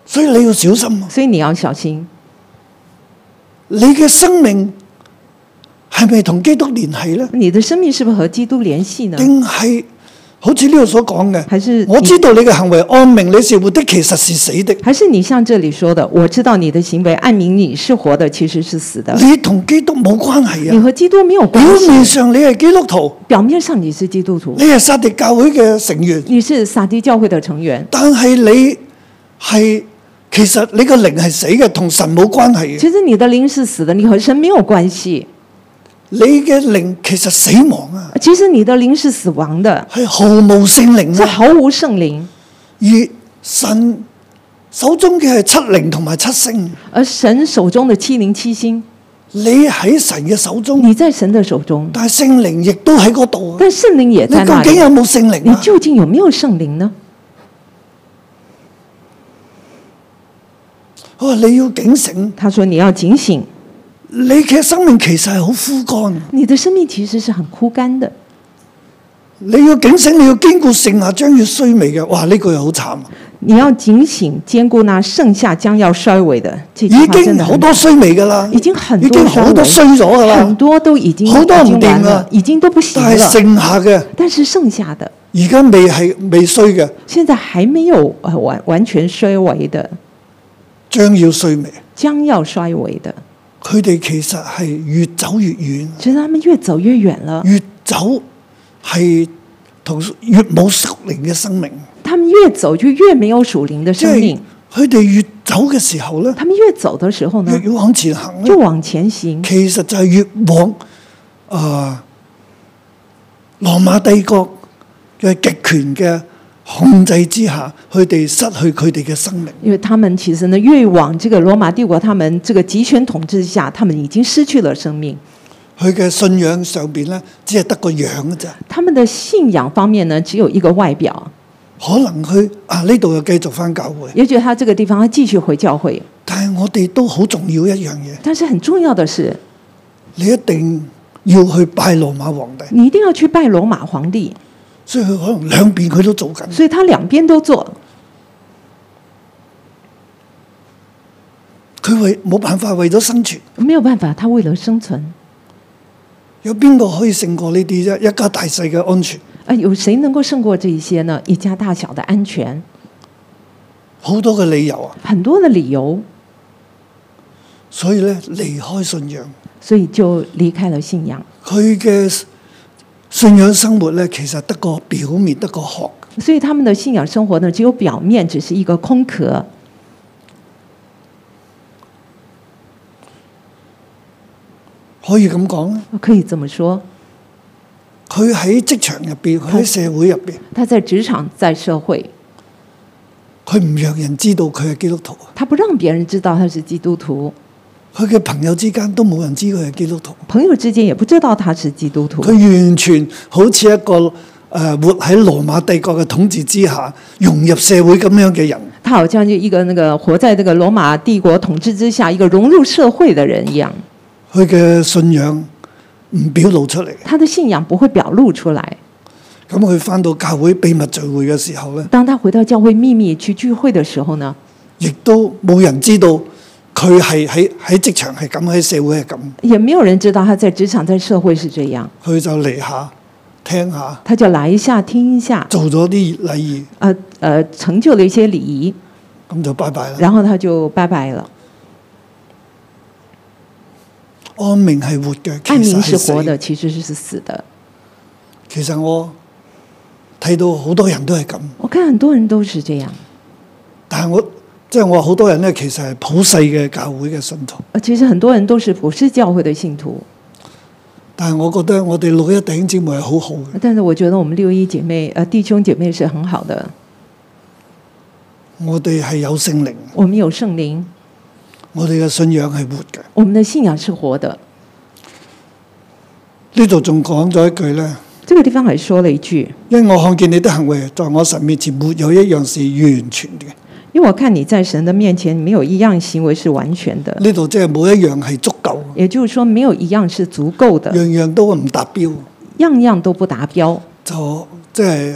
Speaker 2: 所以你要小心啊！
Speaker 3: 所以你要小心。
Speaker 2: 你嘅生命係咪同基督聯繫呢？
Speaker 3: 你的生命是不是和基督联系呢？
Speaker 2: 定係好似呢度所講
Speaker 3: 嗯還是
Speaker 2: 嘅？我知道你嘅行為按明你是活的，其實是死的。
Speaker 3: 还是你像这里说的，我知道你的行为，按明你是活的，其实是死的。
Speaker 2: 你同基督冇關係
Speaker 3: 你
Speaker 2: 啊！
Speaker 3: 和基督没有
Speaker 2: 表
Speaker 3: 关系。
Speaker 2: 面上你係基督徒，
Speaker 3: 表面上你是基督徒
Speaker 2: 你，係撒迪教會嘅成員。
Speaker 3: 你是撒迪教会的成员，
Speaker 2: 但係你係其實你個靈係死嘅，同神冇關係嘅。
Speaker 3: 其实你的灵是死的，你和神没有关系。
Speaker 2: 你嘅靈其實死亡啊，
Speaker 3: 其实你的灵是死亡的，
Speaker 2: 係毫無聖靈
Speaker 3: 是
Speaker 2: 啊。
Speaker 3: 毫无圣灵，
Speaker 2: 而神手中嘅係七靈同埋七星，
Speaker 3: 而神手中的七灵七星，
Speaker 2: 你喺神嘅手中，
Speaker 3: 你在神的手中，
Speaker 2: 但係聖靈亦都喺嗰度啊。
Speaker 3: 但圣灵也
Speaker 2: 你
Speaker 3: 在那
Speaker 2: 究竟
Speaker 3: 里。
Speaker 2: 有冇聖靈
Speaker 3: 你
Speaker 2: 啊？
Speaker 3: 究竟有没有圣灵呢？
Speaker 2: 我話哦你要警醒，
Speaker 3: 他说你要警醒，
Speaker 2: 你嘅生命其實係好枯乾。
Speaker 3: 你的生命其实是很枯干的。
Speaker 2: 你要警醒，你要堅固剩下啊將要衰微嘅。哇！呢句好慘啊，
Speaker 3: 你要警醒，兼顾那剩下将要衰微的。这
Speaker 2: 已
Speaker 3: 句话真
Speaker 2: 經
Speaker 3: 的
Speaker 2: 好
Speaker 3: 很
Speaker 2: 多衰微㗎啦，
Speaker 3: 已經很多
Speaker 2: 已經好多衰
Speaker 3: 衰
Speaker 2: 咗㗎啦
Speaker 3: 很。多都已经
Speaker 2: 好多唔
Speaker 3: 已经完
Speaker 2: 掂啦
Speaker 3: 了，已经都不行
Speaker 2: 但
Speaker 3: 了
Speaker 2: 係。剩下嘅
Speaker 3: 但是剩下的
Speaker 2: 而家未係未衰嘅，
Speaker 3: 现在还没有呃完完全衰微的，
Speaker 2: 將要衰微。
Speaker 3: 将要衰微的，
Speaker 2: 佢哋其實係越走越遠，
Speaker 3: 其实他们越走越远了，
Speaker 2: 越走係同越冇熟靈嘅生命，
Speaker 3: 他们越走就越没有属灵的
Speaker 2: 即
Speaker 3: 生
Speaker 2: 係
Speaker 3: 命。
Speaker 2: 佢哋越走嘅時候咧，
Speaker 3: 他们越走的时候呢
Speaker 2: 越，要往前行咧
Speaker 3: 就，往前行，
Speaker 2: 其實就係越往啊、羅馬帝國嘅極權嘅控制之下，佢哋失去佢哋嘅生命。
Speaker 3: 因为他们其实呢，越往这个罗马帝国他们这个集权统治下，他们已经失去了生命。
Speaker 2: 佢嘅信仰上邊咧，只係得個樣嘅咋。
Speaker 3: 他们的信仰方面呢，只有一个外表，
Speaker 2: 可能佢啊呢度又繼續翻教會，
Speaker 3: 也许他这个地方他继续回教会，
Speaker 2: 但係我哋都好重要一樣嘢，
Speaker 3: 但是很重要的是，
Speaker 2: 你一定要去拜羅馬皇帝，
Speaker 3: 你一定要去拜罗马皇帝，
Speaker 2: 所以佢可能兩邊佢都做緊。
Speaker 3: 所以他两边都做，
Speaker 2: 佢為冇辦法為咗生存，
Speaker 3: 没有办法，他为了生存，
Speaker 2: 有邊個可以勝過呢啲啫？一家大細嘅安全，
Speaker 3: 啊，有谁能够胜过这一些呢？一家大小的安全，
Speaker 2: 好多嘅理由啊！
Speaker 3: 很多的理由，
Speaker 2: 所以咧離開信仰，
Speaker 3: 所以就离开了信仰。
Speaker 2: 佢嘅信仰生活咧，其實得個表面，得個殼。
Speaker 3: 所以他们的信仰生活呢，只有表面，只是一个空壳。
Speaker 2: 可以咁講啦，
Speaker 3: 可以这么说，
Speaker 2: 佢喺職場入邊，佢喺社會入邊，
Speaker 3: 他在职场，在社会，
Speaker 2: 佢唔讓人知道佢係基督徒啊。
Speaker 3: 他不让别人知道他是基督徒，
Speaker 2: 佢嘅朋友之間都冇人知佢係基督徒，
Speaker 3: 朋友之间也不知道他是基督徒
Speaker 2: 佢。完全好似一個誒、呃活喺羅馬帝國嘅統治之下，融入社會咁樣嘅人。
Speaker 3: 他好像就一个那个活在这个罗马帝国统治之下，一个融入社会的人一样。
Speaker 2: 佢嘅信仰唔表露出嚟，
Speaker 3: 他的信仰不会表露出来。
Speaker 2: 咁佢翻到教會秘密聚會嘅時候咧，
Speaker 3: 当他回到教会秘密去聚会的时候呢，
Speaker 2: 亦都冇人知道佢係喺喺職場係咁，喺社會係咁。
Speaker 3: 也没有人知道他在职场、在社會是这样，
Speaker 2: 佢就嚟下聽下，
Speaker 3: 他就來一下聽一下，
Speaker 2: 做咗啲禮儀，
Speaker 3: 呃呃，成就了一些禮儀，
Speaker 2: 咁就拜拜啦。
Speaker 3: 然後他就拜拜了。
Speaker 2: 安明係
Speaker 3: 啊
Speaker 2: 活嘅，其
Speaker 3: 按
Speaker 2: 實
Speaker 3: 名
Speaker 2: 係
Speaker 3: 是活
Speaker 2: 死。
Speaker 3: 的，其實是死的。
Speaker 2: 其實我睇到好多人都係咁，
Speaker 3: 我看很多人都是这样，
Speaker 2: 但係我即係我話好多人咧，其實係普世嘅教會嘅信徒。
Speaker 3: 呃，其实很多人都是普世教会的信徒，
Speaker 2: 但係我覺得我哋六一弟兄姊妹係好好嘅，
Speaker 3: 但是我觉得我们六一姐妹呃弟兄姐妹是很好的，
Speaker 2: 我哋係有聖靈，
Speaker 3: 我们有圣灵，
Speaker 2: 我哋嘅信仰係活嘅。
Speaker 3: 我们的信仰是活的。
Speaker 2: 呢度仲講咗一句咧，
Speaker 3: 这个地方还说了一句
Speaker 2: 因我看見你的行為，在我神面前沒有一樣是完全嘅。：“
Speaker 3: 因为我看你在神的面前，没有一样行为是完全的。
Speaker 2: 呢度即係冇一樣係足夠，”
Speaker 3: 也就是说，没有一樣是足夠的，
Speaker 2: 樣樣都唔達標，
Speaker 3: 樣樣都不達標，
Speaker 2: 就即係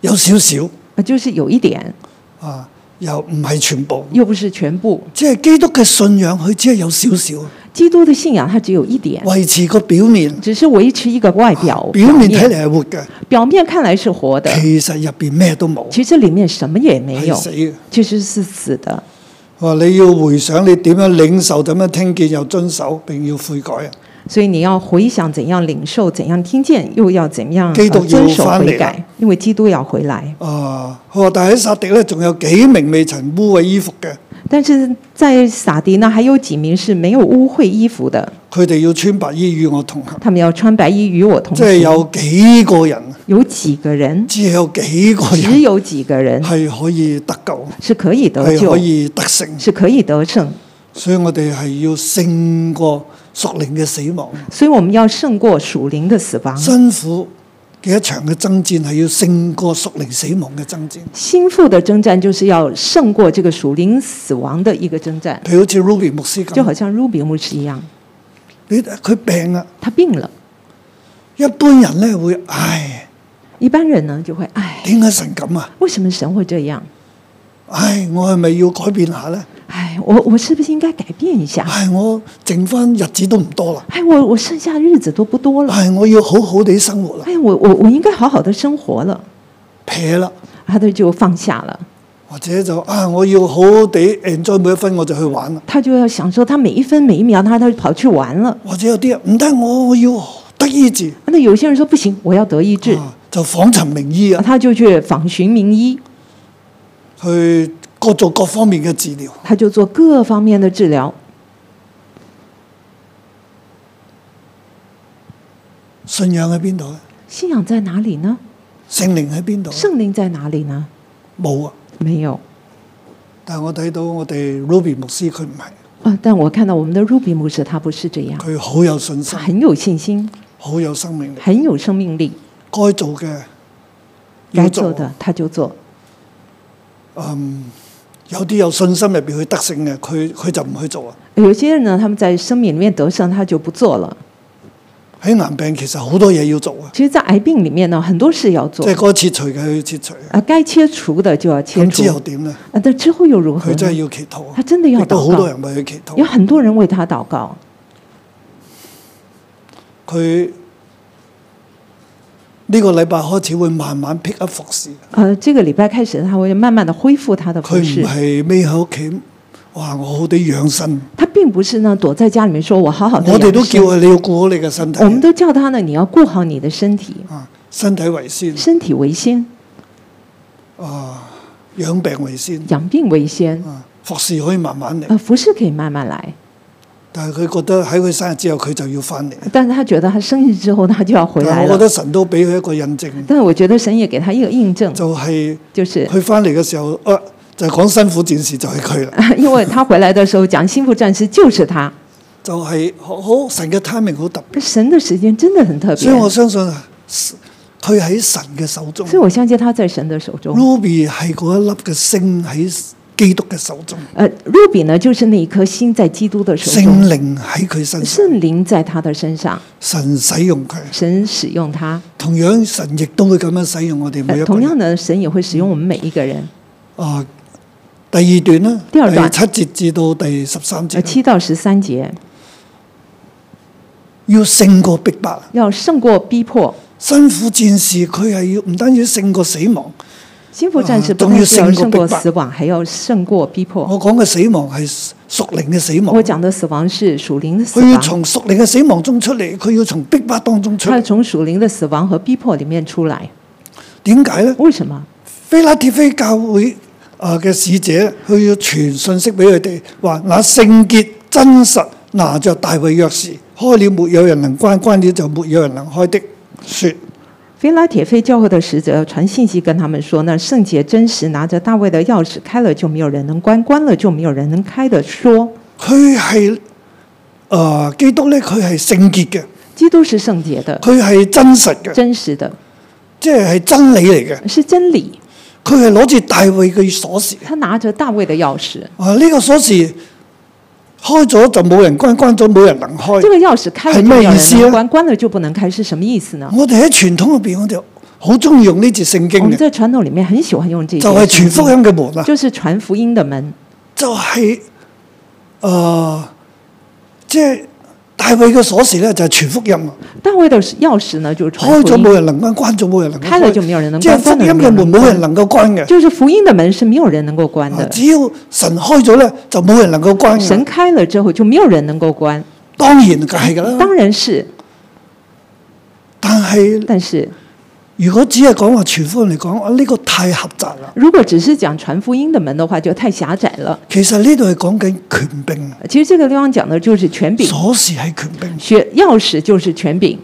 Speaker 2: 有少少
Speaker 3: 呃，就是有一點，
Speaker 2: 啊，又唔係全部。
Speaker 3: 又不是全部。
Speaker 2: 即係基督嘅信仰，佢只係有少少
Speaker 3: 基督的信仰它只有一点，
Speaker 2: 維持個表面，啊
Speaker 3: 只是維持一个外表，
Speaker 2: 表面睇
Speaker 3: 表面
Speaker 2: 嚟係活嘅，
Speaker 3: 表面看来是活的，
Speaker 2: 其實入邊咩都冇，
Speaker 3: 其實里面什麼也沒
Speaker 2: 係
Speaker 3: 有
Speaker 2: 死，嘅。
Speaker 3: 其實是死的。
Speaker 2: 我話你要回想你點樣領受，點樣聽見又遵守，並要悔改啊！
Speaker 3: 所以你要回想怎樣領受，怎樣聽見，又要怎樣
Speaker 2: 基督
Speaker 3: 呃遵
Speaker 2: 要
Speaker 3: 守
Speaker 2: 翻嚟
Speaker 3: 悔
Speaker 2: 啦
Speaker 3: 改，因為基督要回來。
Speaker 2: 啊，佢話但喺撒迪咧，仲有幾名未曾污穢衣服嘅，
Speaker 3: 但是在撒迪呢，還有幾名是沒有污穢衣服的，
Speaker 2: 佢哋要穿白衣與我同行，
Speaker 3: 他們要穿白衣與我同
Speaker 2: 即
Speaker 3: 行。
Speaker 2: 係有幾個人，
Speaker 3: 有幾個人，
Speaker 2: 只係有幾個
Speaker 3: 只
Speaker 2: 人
Speaker 3: 有幾個人
Speaker 2: 係可以得救，
Speaker 3: 是可以得
Speaker 2: 係
Speaker 3: 救
Speaker 2: 可，以得勝，
Speaker 3: 是可以得勝。
Speaker 2: 所以我哋係要勝過屬靈嘅死亡。
Speaker 3: 所以我們要勝過屬靈的死亡，
Speaker 2: 辛苦嘅一場嘅爭戰係要勝過屬靈死亡嘅爭戰。
Speaker 3: 心腹的征戰就是要勝過這個屬靈死亡的一個征戰，
Speaker 2: 譬如好似 Ruby 牧師
Speaker 3: 就好
Speaker 2: 咁，
Speaker 3: 像 Ruby 牧師一樣，
Speaker 2: 你佢病啦，
Speaker 3: 他病了。
Speaker 2: 一般人咧會唉，
Speaker 3: 一般人呢就會唉，
Speaker 2: 點解神咁啊？
Speaker 3: 為什麼神會這樣？
Speaker 2: 唉，我係咪要改變下咧？
Speaker 3: 唉，我我是不是應該改變一下？
Speaker 2: 唉，我剩翻日子都唔多啦，
Speaker 3: 唉，我我剩下日子都不多了。
Speaker 2: 唉，我要好好地生活啦，
Speaker 3: 哎，我我我应该好好的生活了，
Speaker 2: 撇啦，
Speaker 3: 他的就放下了，
Speaker 2: 或者就啊，我要好好地 enjoy 每一分，我就去玩啦。
Speaker 3: 他就要享受他每一分每一秒，他他就跑去玩了。
Speaker 2: 或者有啲人唔得，我我要得醫治，
Speaker 3: 那有些人说不行，我要得医治，
Speaker 2: 啊就訪尋名醫啊，
Speaker 3: 他就去访寻名医，
Speaker 2: 去各做各方面嘅治療。
Speaker 3: 他就做各方面的治疗。
Speaker 2: 信仰喺邊度咧？
Speaker 3: 信仰在哪里呢？
Speaker 2: 聖靈喺邊度呢？
Speaker 3: 圣灵在哪里呢？
Speaker 2: 冇啊！
Speaker 3: 没有
Speaker 2: 但係我睇到我哋 Ruby 牧師佢唔係，
Speaker 3: 啊，但我看到我们的 Ruby 牧师他不是这样，
Speaker 2: 佢好有信
Speaker 3: 他
Speaker 2: 心，
Speaker 3: 很有信心，
Speaker 2: 好有生命力，
Speaker 3: 很有生命力，
Speaker 2: 該做嘅要
Speaker 3: 该
Speaker 2: 做
Speaker 3: 做。的他就做。
Speaker 2: 有啲有信心入邊去得勝嘅，佢佢就唔去做啊！
Speaker 3: 有些人呢，他们在生命里面得胜，他就不做了。
Speaker 2: 喺癌病其實好多嘢要做啊，
Speaker 3: 其实，在癌病里面呢，很多事要
Speaker 2: 即
Speaker 3: 做。
Speaker 2: 係該切除嘅去切除啊。
Speaker 3: 啊，该切除的就要切
Speaker 2: 咁
Speaker 3: 除
Speaker 2: 之。後點咧？
Speaker 3: 啊，但之后又如何
Speaker 2: 佢
Speaker 3: 呢？
Speaker 2: 真係要祈禱啊，
Speaker 3: 他真的要
Speaker 2: 亦都好
Speaker 3: 祷
Speaker 2: 多
Speaker 3: 告，
Speaker 2: 人為佢祈
Speaker 3: 有
Speaker 2: 禱。
Speaker 3: 很多人为他祷告。
Speaker 2: 佢呢個禮拜開始會慢慢 pick up 服侍，
Speaker 3: 呃，这个礼拜开始，他会慢慢的恢复他的
Speaker 2: 佢
Speaker 3: 服饰
Speaker 2: 唔。係匿喺屋企，哇！我好地養身。
Speaker 3: 他并不是呢躲在家里面说我好好的
Speaker 2: 我哋都叫
Speaker 3: 我
Speaker 2: 佢你要顧好你嘅身體，
Speaker 3: 们都叫他呢，你要顾好你的身体，
Speaker 2: 啊，身體為先，
Speaker 3: 身体为先，
Speaker 2: 養病為先，
Speaker 3: 养病为先。
Speaker 2: 啊，服侍可以慢慢嚟。
Speaker 3: 呃，服饰可以慢慢来，
Speaker 2: 但係佢覺得喺佢生日之後佢就要翻嚟，
Speaker 3: 但是他觉得他生日之后他就要回
Speaker 2: 但
Speaker 3: 来
Speaker 2: 係啊我覺
Speaker 3: 了。
Speaker 2: 得神都俾佢一個印證，
Speaker 3: 但是我觉得神也给他一个印证，
Speaker 2: 就係
Speaker 3: 就是 (laughs)
Speaker 2: 佢翻嚟嘅時候，啊，就係講辛苦戰士就係佢啦，
Speaker 3: 因为他回来的时候讲幸福战士就是他，
Speaker 2: 就係好好神嘅 timing 好特別，
Speaker 3: 神的时间真的很特别。
Speaker 2: 所以我相信啊佢喺神嘅手中
Speaker 3: 所以我相信他在神的手中。
Speaker 2: ，Ruby 係嗰一粒嘅星喺基督嘅手中，
Speaker 3: 呃，入比呢，就是那一颗心在基督的手
Speaker 2: 聖
Speaker 3: 中，
Speaker 2: 靈喺佢身上，
Speaker 3: 圣灵在他的身上，
Speaker 2: 神使用佢。
Speaker 3: 神使用他。
Speaker 2: 同樣神亦都會咁樣使用我哋每
Speaker 3: 呃
Speaker 2: 一個
Speaker 3: 同
Speaker 2: 人。
Speaker 3: 样呢，神也会使用我们每一个人。
Speaker 2: 啊，第二段啦，
Speaker 3: 第二段
Speaker 2: 第七節至到第十三
Speaker 3: 呃，
Speaker 2: 節，
Speaker 3: 七到十三节，
Speaker 2: 要勝過逼迫。
Speaker 3: 要胜过逼
Speaker 2: 啊
Speaker 3: 迫。
Speaker 2: 辛苦戰士佢係要唔單止勝過死亡，
Speaker 3: 幸福战士
Speaker 2: 啊
Speaker 3: 不
Speaker 2: 终于
Speaker 3: 但是要
Speaker 2: 胜
Speaker 3: 胜
Speaker 2: 过逼迫
Speaker 3: 过
Speaker 2: 哦
Speaker 3: 死亡，还要胜过逼迫。
Speaker 2: 我講嘅死亡係屬靈嘅死
Speaker 3: 哦我啊
Speaker 2: 亡。
Speaker 3: 讲的死亡是属灵的死
Speaker 2: 佢要
Speaker 3: 亡，
Speaker 2: 從屬靈嘅死亡中出嚟，佢要從逼迫當中出
Speaker 3: 他
Speaker 2: 嚟。
Speaker 3: 从属灵的死亡和逼迫里面出来。
Speaker 2: 點解咧？
Speaker 3: 为什么？
Speaker 2: 菲拉鐵非教會啊嘅使者，佢要傳信息俾佢哋，話那聖潔真實拿着大衛約匙，開了沒有人能關，關了就沒有人能開的。說
Speaker 3: 菲拉铁非教会的使者传信息跟他们说：“那圣洁真实拿着大卫的钥匙，开了就没有人能关，关了就没有人能开的说，
Speaker 2: 佢係啊基督咧，佢係聖潔嘅，
Speaker 3: 基督是圣洁的、
Speaker 2: 佢係真實嘅，
Speaker 3: 真实的，
Speaker 2: 即係係真理嚟嘅。
Speaker 3: 是真理。
Speaker 2: 佢係攞住大衛嘅鎖匙，
Speaker 3: 他拿着大卫的钥匙，
Speaker 2: 啊呢、個鎖匙開咗就冇人關，關咗冇人能開
Speaker 3: 这。个钥匙开了
Speaker 2: 还
Speaker 3: 就没
Speaker 2: 卖
Speaker 3: 有
Speaker 2: 一
Speaker 3: 人
Speaker 2: 些
Speaker 3: 能关，关了就不能开，是什么意思呢？
Speaker 2: 我哋喺傳統入邊，我哋好中意用呢節聖經
Speaker 3: 我们
Speaker 2: 嘅，
Speaker 3: 在传统里面很喜欢用这些
Speaker 2: 就係、
Speaker 3: 圣经，
Speaker 2: 全福音嘅門啊，
Speaker 3: 就是传福音的门，
Speaker 2: 就係、呃即係大衛嘅鎖匙咧，就係、全福音啊！
Speaker 3: 大卫的钥匙呢就是传
Speaker 2: 開
Speaker 3: 福
Speaker 2: 咗冇
Speaker 3: 音，
Speaker 2: 人能關，關咗冇人能
Speaker 3: 开了就沒有人能關
Speaker 2: 即係福音嘅門冇人能夠關嘅，
Speaker 3: 就是福音的门是没有人能够关
Speaker 2: 啊
Speaker 3: 的。
Speaker 2: 只要神開咗咧，就冇人能夠關
Speaker 3: 神
Speaker 2: 嘅。
Speaker 3: 开了之后就没有人能够关，
Speaker 2: 當然就係㗎啦，
Speaker 3: 当然是，
Speaker 2: 但係
Speaker 3: 但是
Speaker 2: 如果只係講話全福音嚟講，啊呢、個太狹窄啦。
Speaker 3: 如果只是讲传福音的门的话，就太狭窄了。
Speaker 2: 其實呢度係講緊權柄，
Speaker 3: 其实这个地方讲的就是权柄，
Speaker 2: 鎖匙係權柄，
Speaker 3: 学钥匙就是权柄，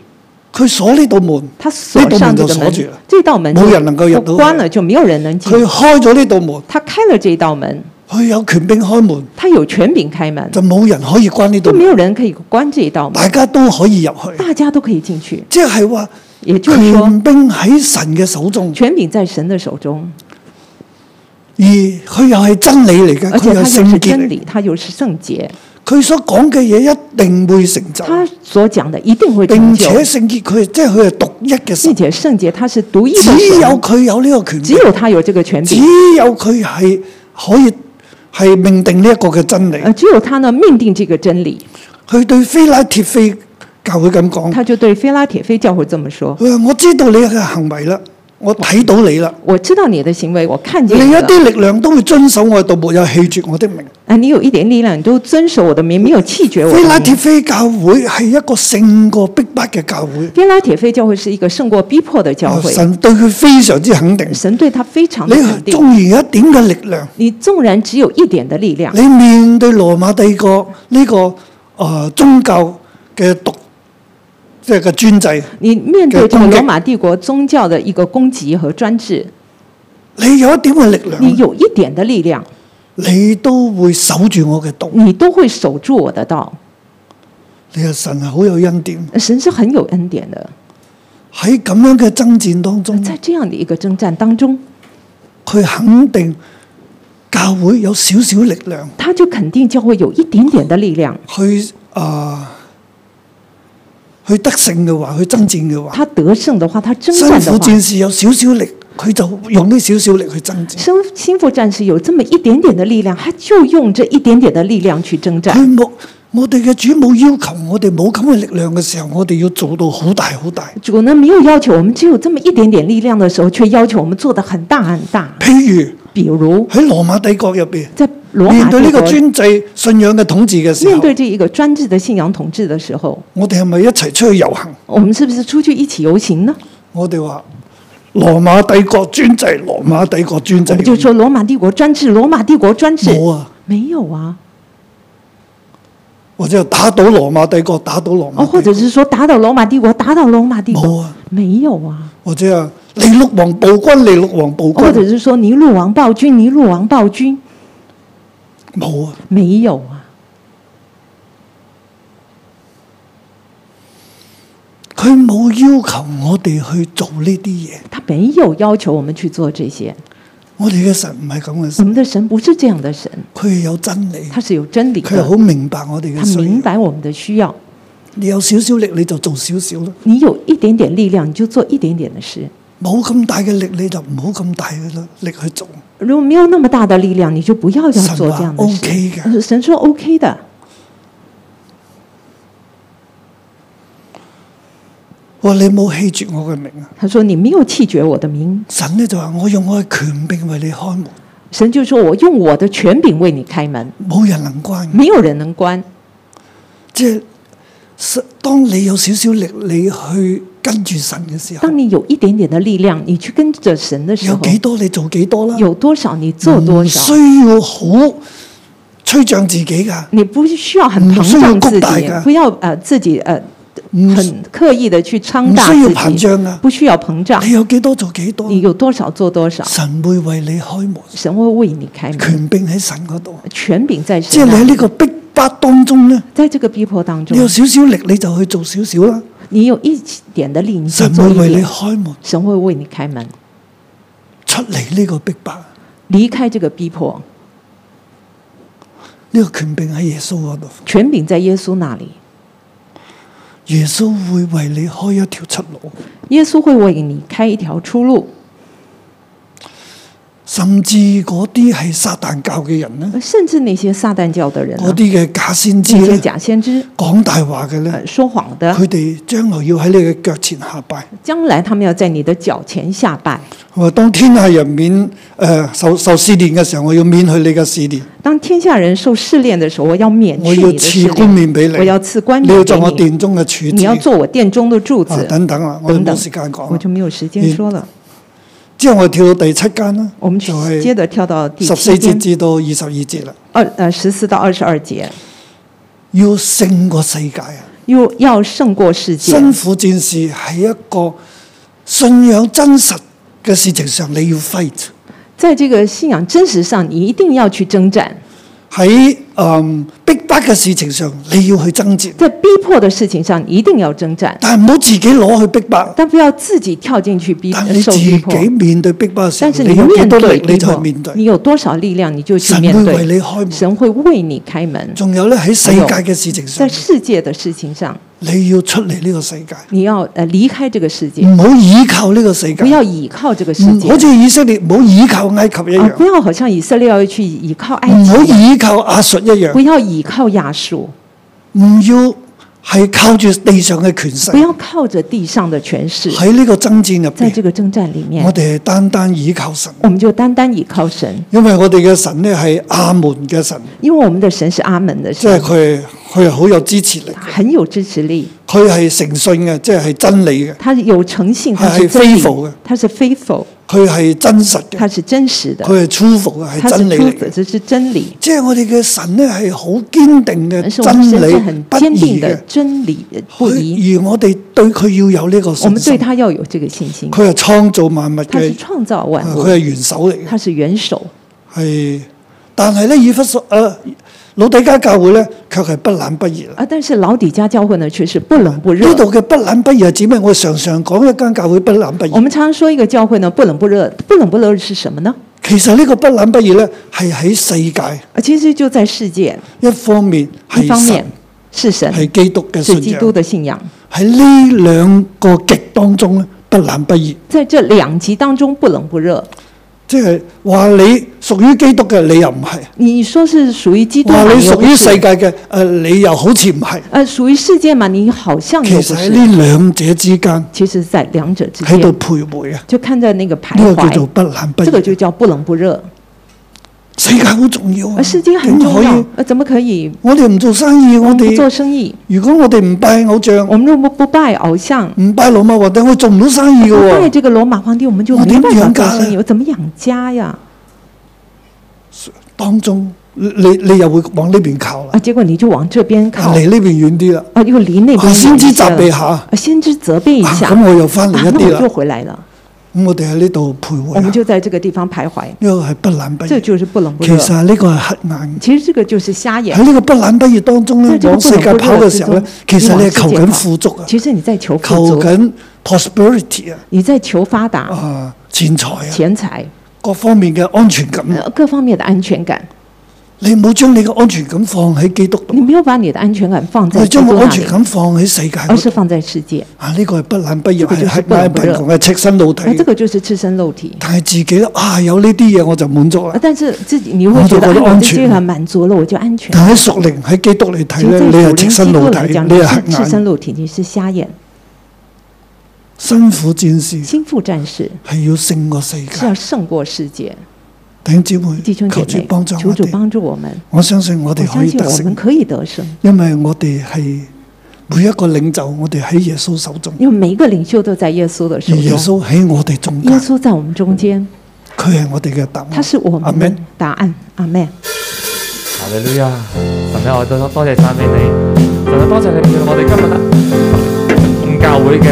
Speaker 2: 佢鎖呢道門。
Speaker 3: 他锁上这个
Speaker 2: 那道门就锁住
Speaker 3: 门
Speaker 2: 了，
Speaker 3: 这道门就
Speaker 2: 没有人能够入到
Speaker 3: 关了，就没有人能进
Speaker 2: 佢。開咗呢道門，
Speaker 3: 他开了这道门，
Speaker 2: 佢有權柄開門，
Speaker 3: 他有權柄开门，
Speaker 2: 就冇人可以關呢道
Speaker 3: 就没
Speaker 2: 門，
Speaker 3: 有人可以关这一道门，
Speaker 2: 大家都可以入去。
Speaker 3: 大家都可以进去。
Speaker 2: 即係話
Speaker 3: 也就是说，
Speaker 2: 權柄喺神嘅手中，
Speaker 3: 权柄在神的手中，
Speaker 2: 而佢又係真理嚟嘅，
Speaker 3: 而
Speaker 2: 佢
Speaker 3: 且他
Speaker 2: 又
Speaker 3: 又
Speaker 2: 聖
Speaker 3: 是
Speaker 2: 潔
Speaker 3: 真
Speaker 2: 嚟嘅，
Speaker 3: 理，他又是圣洁，
Speaker 2: 佢所講嘅嘢一定會成就，
Speaker 3: 他所讲的一定會成
Speaker 2: 並
Speaker 3: 就
Speaker 2: 且，聖潔佢即係佢係獨一嘅
Speaker 3: 并
Speaker 2: 神，
Speaker 3: 且圣洁他是独一的
Speaker 2: 只有
Speaker 3: 神，
Speaker 2: 佢有呢個權
Speaker 3: 只
Speaker 2: 柄，
Speaker 3: 有他有这个权
Speaker 2: 只
Speaker 3: 柄，
Speaker 2: 有佢係可以係命定呢一個嘅真理。
Speaker 3: 呃，只有他呢命定这个真理。
Speaker 2: 佢對菲拉鐵非教會咁講，
Speaker 3: 他就對菲拉铁非教会这么说
Speaker 2: 佢話：我知道你嘅行為啦，我睇到你啦。：“
Speaker 3: 我知道你的行为，我看见
Speaker 2: 另
Speaker 3: 你
Speaker 2: 一
Speaker 3: 了。
Speaker 2: 啲力量都會遵守我嘅道，沒有棄絕我的名。
Speaker 3: 啊，你有一点力量，你都遵守我的名，没有弃绝我的
Speaker 2: 菲
Speaker 3: 名。”
Speaker 2: 拉鐵非教會係一個勝過逼迫嘅教會，
Speaker 3: 菲拉铁非教会是一个胜过逼迫的教会，神
Speaker 2: 神對佢非常之肯定。
Speaker 3: 对他非常的肯
Speaker 2: 你
Speaker 3: 定
Speaker 2: 縱。然有一點嘅力量，
Speaker 3: 你纵然只有一点的力量，
Speaker 2: 你面對羅馬帝國呢、個呃宗教嘅獨即係嘅專制，
Speaker 3: 你面对这
Speaker 2: 给
Speaker 3: 个
Speaker 2: 攻击
Speaker 3: 罗马帝国宗教的一个攻击和专制，
Speaker 2: 你有一點嘅力
Speaker 3: 你
Speaker 2: 量，
Speaker 3: 有一点的力量，
Speaker 2: 你都會守住我嘅道。
Speaker 3: 你都会守住我的道。
Speaker 2: 你嘅神係好有恩典。
Speaker 3: 神是很有恩典的，
Speaker 2: 喺咁樣嘅爭戰當中，
Speaker 3: 在这样的一个征战当中，
Speaker 2: 佢肯定教會有少少力量。
Speaker 3: 他就肯定教会有一点点的力量。
Speaker 2: 去啊、去得勝嘅話，去爭戰嘅話，
Speaker 3: 他得胜的话，他征
Speaker 2: 辛
Speaker 3: 战的
Speaker 2: 苦
Speaker 3: 话，
Speaker 2: 戰士有少少力，佢就用呢少少力去爭戰。
Speaker 3: 身心腹战士有这么一点点的力量，他就用这一点点的力量去征战。
Speaker 2: 佢冇我哋嘅主冇要求我哋冇咁嘅力量嘅時候，我哋要做到好大好大。
Speaker 3: 主呢没有要求我们只有这么一点点力量的时候，却要求我们做的很大很大。
Speaker 2: 譬如
Speaker 3: 比如
Speaker 2: 喺羅馬帝國入邊，
Speaker 3: 在罗
Speaker 2: 面
Speaker 3: 马
Speaker 2: 對呢
Speaker 3: 帝
Speaker 2: 個
Speaker 3: 国
Speaker 2: 專制信仰嘅統治嘅時
Speaker 3: 面
Speaker 2: 候，
Speaker 3: 对这一个专制的信仰统治的时候，
Speaker 2: 我哋係咪一齊出去遊行？
Speaker 3: 我们是不是出去一起游行呢？
Speaker 2: 我哋話羅馬帝國專制，羅馬帝國專制
Speaker 3: 我。们就说罗马帝国专制，罗马帝国专制。
Speaker 2: 冇啊，
Speaker 3: 没有啊，
Speaker 2: 或者打倒羅馬帝國，打倒羅
Speaker 3: 哦，或
Speaker 2: 馬帝
Speaker 3: 者
Speaker 2: 國，
Speaker 3: 是说打倒罗马帝国，打倒罗马帝
Speaker 2: 冇
Speaker 3: 国，
Speaker 2: 啊。
Speaker 3: 没有啊，哦
Speaker 2: 或者啊，尼禄王暴君，尼禄王暴
Speaker 3: 或者
Speaker 2: 君，
Speaker 3: 是说尼禄王暴君，尼禄王暴君，
Speaker 2: 冇啊！
Speaker 3: 没有啊。
Speaker 2: 佢冇要求我哋去做呢啲嘢，
Speaker 3: 他没有要求我们去做这些。
Speaker 2: 我哋嘅神唔係咁嘅
Speaker 3: 我
Speaker 2: 神，
Speaker 3: 们的神不是这样的神，
Speaker 2: 佢係有真理，
Speaker 3: 他是有真理
Speaker 2: 佢係
Speaker 3: 的
Speaker 2: 好，明白我哋
Speaker 3: 他
Speaker 2: 嘅需
Speaker 3: 明
Speaker 2: 要。
Speaker 3: 白我们的需要。
Speaker 2: 你有少少力你就做少少啦，
Speaker 3: 你有一点点力量，你就做一点点的事；
Speaker 2: 冇咁大嘅力你就唔好咁大嘅啦力去做。
Speaker 3: 如果没有那么大的力量，你就不要要做这样的事。
Speaker 2: 神话 OK 的
Speaker 3: 神说 OK 的。
Speaker 2: 我話你冇棄絕我嘅名啊！
Speaker 3: 他说：“你没有弃绝我的名。
Speaker 2: 神咧就話：我用我嘅權柄為你開門，”
Speaker 3: 神就说：“我用我的权柄为你开门，
Speaker 2: 冇人能關。
Speaker 3: 没有人能关。
Speaker 2: 即係當你有少少力，你去跟住神嘅時候，
Speaker 3: 当你有一点点的力量，你去跟着神的时
Speaker 2: 有
Speaker 3: 候，
Speaker 2: 幾多你做幾多啦，
Speaker 3: 有多少你做多
Speaker 2: 唔
Speaker 3: 少，
Speaker 2: 需要好吹漲自己噶，
Speaker 3: 你不需要很膨胀自
Speaker 2: 嗯唔需要
Speaker 3: 己
Speaker 2: 谷大，㗎
Speaker 3: 不要呃自己呃
Speaker 2: 唔
Speaker 3: 很刻意的去
Speaker 2: 唔
Speaker 3: 撑大
Speaker 2: 需要
Speaker 3: 自
Speaker 2: 膨
Speaker 3: 己，
Speaker 2: 脹噶，
Speaker 3: 不需要膨胀
Speaker 2: 你，有幾多做幾多，
Speaker 3: 你有多少做多少，
Speaker 2: 神會為你開門，
Speaker 3: 神会为你开门，
Speaker 2: 權柄喺神嗰度，
Speaker 3: 权柄在
Speaker 2: 即係
Speaker 3: 神
Speaker 2: 你喺
Speaker 3: 那
Speaker 2: 呢
Speaker 3: 里。
Speaker 2: 個逼迫當中咧，
Speaker 3: 在这个逼迫当中
Speaker 2: 你有，少少力你就去做少少啦，
Speaker 3: 你有一点的力，你就
Speaker 2: 神
Speaker 3: 做
Speaker 2: 會
Speaker 3: 一
Speaker 2: 為你
Speaker 3: 点，
Speaker 2: 開門
Speaker 3: 神会为你开门，
Speaker 2: 出嚟呢個逼迫，呢、
Speaker 3: 离开这个逼迫。
Speaker 2: 個權柄喺耶穌嗰度，
Speaker 3: 权柄在耶稣那里，
Speaker 2: 耶穌會為你開一條出路。
Speaker 3: 耶稣会为你开一条出路。
Speaker 2: 甚至嗰啲係撒旦教嘅人咧，
Speaker 3: 甚至那些撒旦教的人、
Speaker 2: 嗰
Speaker 3: 啊，
Speaker 2: 啲嘅假先知
Speaker 3: 那些
Speaker 2: 咧，
Speaker 3: 假先知、
Speaker 2: 講大話嘅咧，
Speaker 3: 呃、说谎的，
Speaker 2: 佢哋將來要喺你嘅腳前下拜。
Speaker 3: 将来他们要在你的脚前下拜。
Speaker 2: 佢話：當天下人免誒、呃受受試煉嘅時候，我要免去你嘅試煉，
Speaker 3: 当天下人受试炼的时候，我要免
Speaker 2: 我
Speaker 3: 去
Speaker 2: 要
Speaker 3: 你的试
Speaker 2: 賜冠
Speaker 3: 炼，
Speaker 2: 冕俾
Speaker 3: 我要
Speaker 2: 你，
Speaker 3: 赐冠
Speaker 2: 你要
Speaker 3: 冕
Speaker 2: 做
Speaker 3: 给
Speaker 2: 我
Speaker 3: 你，
Speaker 2: 殿中嘅柱
Speaker 3: 你要
Speaker 2: 子
Speaker 3: 做我殿中的柱
Speaker 2: 啊
Speaker 3: 子。
Speaker 2: 等等啦，我哋
Speaker 3: 等
Speaker 2: 冇
Speaker 3: 等
Speaker 2: 時間講
Speaker 3: 我
Speaker 2: 啦。
Speaker 3: 就没有时间
Speaker 2: 你
Speaker 3: 说了。
Speaker 2: 之後我哋跳到第七間啦，
Speaker 3: 我们
Speaker 2: 就
Speaker 3: 接
Speaker 2: 係
Speaker 3: 着跳到第
Speaker 2: 十四
Speaker 3: 七
Speaker 2: 節
Speaker 3: 节，
Speaker 2: 至到二十二節啦。
Speaker 3: 二呃十四到二十二节，
Speaker 2: 要勝過世界啊！
Speaker 3: 又要胜过世界。
Speaker 2: 辛苦戰士係一個信仰真實嘅事情上，你要 fight。
Speaker 3: 在这个信仰真实上，你一定要去征战。
Speaker 2: 喺嗯逼迫嘅事情上，你要去爭戰，
Speaker 3: 在逼迫的事情上，你一定要征战，
Speaker 2: 但係唔好自己攞去逼迫。
Speaker 3: 但不要自己跳进去逼呃
Speaker 2: 但係你
Speaker 3: 受
Speaker 2: 自
Speaker 3: 逼迫。
Speaker 2: 己面對逼迫嘅時
Speaker 3: 但是
Speaker 2: 候，
Speaker 3: 你
Speaker 2: 你有幾
Speaker 3: 面
Speaker 2: 多
Speaker 3: 对
Speaker 2: 力你
Speaker 3: 逼
Speaker 2: 就
Speaker 3: 迫
Speaker 2: 去面，
Speaker 3: 你
Speaker 2: 對。
Speaker 3: 有多少力量，你就去
Speaker 2: 神
Speaker 3: 面
Speaker 2: 會為
Speaker 3: 对。
Speaker 2: 你開門，
Speaker 3: 神会為你開門，
Speaker 2: 仲有咧喺世界嘅事情上，
Speaker 3: 在世界的事情上，
Speaker 2: 你要出嚟呢個世界，
Speaker 3: 你要呃离开这个世界，
Speaker 2: 唔好倚靠呢個世界
Speaker 3: 不。要倚靠这个世
Speaker 2: 嗯
Speaker 3: 界，
Speaker 2: 好似以色列唔好倚靠埃及一
Speaker 3: 啊，不
Speaker 2: 樣，
Speaker 3: 要好像以色列要去倚靠埃
Speaker 2: 唔好
Speaker 3: 及，
Speaker 2: 倚靠亞述一樣
Speaker 3: 不，要倚靠亚述，
Speaker 2: 嗯唔要係靠住地上嘅權
Speaker 3: 不
Speaker 2: 勢
Speaker 3: 要靠着地上的权势，
Speaker 2: 喺呢個爭戰入
Speaker 3: 在这
Speaker 2: 邊，
Speaker 3: 个征战里
Speaker 2: 我
Speaker 3: 面，
Speaker 2: 哋係單單倚靠神，
Speaker 3: 我们就单单倚靠神，
Speaker 2: 因為我哋嘅神咧係亞門嘅神。
Speaker 3: 因为我们的神是阿门的
Speaker 2: 即係
Speaker 3: 神，
Speaker 2: 佢佢係好有支持力，
Speaker 3: 很有支持力，
Speaker 2: 佢係誠信嘅，即係係真理嘅，
Speaker 3: 他有诚信，他
Speaker 2: 他是
Speaker 3: 是真理
Speaker 2: faithful 的，
Speaker 3: 他是 faithful，
Speaker 2: 佢係真實嘅，
Speaker 3: 他是真实的，
Speaker 2: 佢係 truthful 嘅，
Speaker 3: 他
Speaker 2: 係
Speaker 3: 是
Speaker 2: 真理
Speaker 3: truth，
Speaker 2: 嚟
Speaker 3: 的
Speaker 2: 嘅。
Speaker 3: 这是真理。
Speaker 2: 即係我哋嘅神咧係好堅定
Speaker 3: 而
Speaker 2: 嘅
Speaker 3: 是我们
Speaker 2: 真
Speaker 3: 深信
Speaker 2: 理
Speaker 3: 很
Speaker 2: 不
Speaker 3: 坚定
Speaker 2: 移
Speaker 3: 的
Speaker 2: 嘅，
Speaker 3: 真理不移，
Speaker 2: 佢而我哋對佢要有呢個
Speaker 3: 我
Speaker 2: 信
Speaker 3: 们对
Speaker 2: 心。
Speaker 3: 他要有这个信心。
Speaker 2: 佢係創造萬物
Speaker 3: 他是
Speaker 2: 嘅，
Speaker 3: 创造万
Speaker 2: 啊
Speaker 3: 物
Speaker 2: 佢，係元首嚟嘅，
Speaker 3: 他是元首，
Speaker 2: 係。但係咧，以弗所誒老底家教會咧，卻係不冷不熱啦。
Speaker 3: 啊，但是老底家教会呢，却是不冷不热
Speaker 2: 呢。度嘅不冷不熱係指咩？我常常講一間教會不冷不熱
Speaker 3: 我。们常说一个教会呢不冷不热，不冷不热是什么呢？
Speaker 2: 其實呢個不冷不熱咧，係喺世界
Speaker 3: 啊，其实就在世界
Speaker 2: 一方面
Speaker 3: 一方
Speaker 2: 係
Speaker 3: 面
Speaker 2: 神，
Speaker 3: 是神，
Speaker 2: 係基督嘅
Speaker 3: 是
Speaker 2: 信
Speaker 3: 基
Speaker 2: 仰
Speaker 3: 督，的信仰，
Speaker 2: 喺呢兩個極當中咧，不冷不熱，
Speaker 3: 在这兩极当中不冷不热。
Speaker 2: 即係話你屬於基督嘅，你又唔係；
Speaker 3: 你说是属于基督
Speaker 2: 話
Speaker 3: 嘛？
Speaker 2: 你
Speaker 3: 你又
Speaker 2: 屬
Speaker 3: 不
Speaker 2: 於世
Speaker 3: 是。
Speaker 2: 界嘅，誒、呃你又好似唔係。
Speaker 3: 呃，属于世界嘛？你好像
Speaker 2: 其
Speaker 3: 嗯又
Speaker 2: 實
Speaker 3: 不
Speaker 2: 喺
Speaker 3: 是。
Speaker 2: 呢兩者之間
Speaker 3: 其实，在两者之
Speaker 2: 喺度
Speaker 3: 间，
Speaker 2: 徘徊啊，
Speaker 3: 就看在那个徘
Speaker 2: 呢、個叫
Speaker 3: 徊
Speaker 2: 做。不冷不
Speaker 3: 这个
Speaker 2: 熱。
Speaker 3: 就叫不冷不热。
Speaker 2: 世界好重要啊，
Speaker 3: 而世界很
Speaker 2: 點
Speaker 3: 重
Speaker 2: 可
Speaker 3: 要
Speaker 2: 以？，
Speaker 3: 呃，怎么可以
Speaker 2: 我哋唔做生意，我
Speaker 3: 不做
Speaker 2: 哋
Speaker 3: 生意？
Speaker 2: 如果我哋唔拜偶像，
Speaker 3: 我们若不不拜偶像，
Speaker 2: 唔拜老馬皇帝，我做唔到生意嘅
Speaker 3: 不
Speaker 2: 喎、
Speaker 3: 拜这个罗马皇帝，我们就
Speaker 2: 我
Speaker 3: 没
Speaker 2: 怎么
Speaker 3: 办法
Speaker 2: 养
Speaker 3: 做
Speaker 2: 家
Speaker 3: 生意。
Speaker 2: 呢
Speaker 3: 我怎么养家呀？
Speaker 2: 當中，你你你又會往呢邊靠啦
Speaker 3: 啊，，结果你就往这边靠，
Speaker 2: 離呢邊遠啲啦。
Speaker 3: 啊，又离那
Speaker 2: 啊
Speaker 3: 边
Speaker 2: 先知
Speaker 3: 远一些
Speaker 2: 責備
Speaker 3: 了。
Speaker 2: 下，啊
Speaker 3: 啊，先知责备一下，
Speaker 2: 咁我又翻嚟
Speaker 3: 啊
Speaker 2: 一哎
Speaker 3: 那
Speaker 2: 啲
Speaker 3: 我就
Speaker 2: 啦。
Speaker 3: 回来了。
Speaker 2: 咁我哋喺呢度徘
Speaker 3: 我
Speaker 2: 徊
Speaker 3: 们
Speaker 2: 啊，
Speaker 3: 就在这个地方徘徊，
Speaker 2: 呢個係不冷不
Speaker 3: 这
Speaker 2: 熱。
Speaker 3: 就是不冷不
Speaker 2: 哎其哎
Speaker 3: 热。
Speaker 2: 實呢個係黑眼。
Speaker 3: 其实这个就是瞎眼。
Speaker 2: 喺呢個不冷不熱當中
Speaker 3: 在
Speaker 2: 咧，
Speaker 3: 這個
Speaker 2: 往世界跑嘅時候咧
Speaker 3: 不冷，不
Speaker 2: 其
Speaker 3: 熱之中
Speaker 2: 實你係求緊富足啊，
Speaker 3: 其实你在求富
Speaker 2: 求
Speaker 3: 足，
Speaker 2: 緊 prosperity 啊，
Speaker 3: 你在求发达、
Speaker 2: 啊錢財啊，
Speaker 3: 钱财、
Speaker 2: 各方面嘅安全感啊。
Speaker 3: 呃各方面的安全感。
Speaker 2: 你冇將你嘅安全感放喺基督
Speaker 3: 你
Speaker 2: 度，
Speaker 3: 没有把你的安全感放
Speaker 2: 我
Speaker 3: 在
Speaker 2: 哋
Speaker 3: 基督
Speaker 2: 將個
Speaker 3: 那
Speaker 2: 哎安全
Speaker 3: 里，
Speaker 2: 感放喺世界
Speaker 3: 而
Speaker 2: 嗰
Speaker 3: 是
Speaker 2: 度。
Speaker 3: 放在世界。
Speaker 2: 啊，呢個係不冷不熱，
Speaker 3: 這個就
Speaker 2: 係
Speaker 3: 是
Speaker 2: 黑
Speaker 3: 不冷
Speaker 2: 眼
Speaker 3: 不熱
Speaker 2: 貧窮嘅赤身露體
Speaker 3: 啊，
Speaker 2: 嘅
Speaker 3: 这。个就是赤身露体。
Speaker 2: 但係自己咧啊，有呢啲嘢我就滿足
Speaker 3: 啊
Speaker 2: 啦。
Speaker 3: 但是自己你会觉得，
Speaker 2: 我就觉得
Speaker 3: 哎，我
Speaker 2: 安
Speaker 3: 对
Speaker 2: 全
Speaker 3: 这个满足了，我就安全。
Speaker 2: 但喺屬靈喺基督嚟睇
Speaker 3: 其实
Speaker 2: 咧，你係赤身
Speaker 3: 在属灵基
Speaker 2: 露
Speaker 3: 督
Speaker 2: 體，
Speaker 3: 来讲，
Speaker 2: 你係
Speaker 3: 你是
Speaker 2: 黑
Speaker 3: 赤身
Speaker 2: 眼，
Speaker 3: 露体，你是瞎眼。
Speaker 2: 辛苦戰士
Speaker 3: 心腹战士
Speaker 2: 係要勝過世
Speaker 3: 是
Speaker 2: 界。
Speaker 3: 要胜过世界。
Speaker 2: 弟兄姊妹，
Speaker 3: 弟兄姐
Speaker 2: 求主
Speaker 3: 妹
Speaker 2: 幫助，
Speaker 3: 求
Speaker 2: 我
Speaker 3: 主
Speaker 2: 哋，
Speaker 3: 帮助我们。
Speaker 2: 我相信我
Speaker 3: 我
Speaker 2: 哋可
Speaker 3: 相
Speaker 2: 以
Speaker 3: 信
Speaker 2: 得
Speaker 3: 我们
Speaker 2: 勝，
Speaker 3: 可以得胜，
Speaker 2: 因為我哋係每一個領袖，我哋喺耶穌手中，
Speaker 4: 因为每一个领袖都在耶稣的手
Speaker 2: 而耶
Speaker 4: 中，
Speaker 2: 穌喺我哋中
Speaker 4: 耶
Speaker 2: 間，
Speaker 4: 稣在我们中间，
Speaker 2: 佢係我哋嘅答
Speaker 4: 他
Speaker 2: 案。
Speaker 4: 是我
Speaker 2: 阿
Speaker 4: 们的
Speaker 2: Man，
Speaker 4: 答案。阿门。
Speaker 5: 哈利路亞！神啊，我多多謝讚美你，神啊，多謝你叫我哋今日眾教會嘅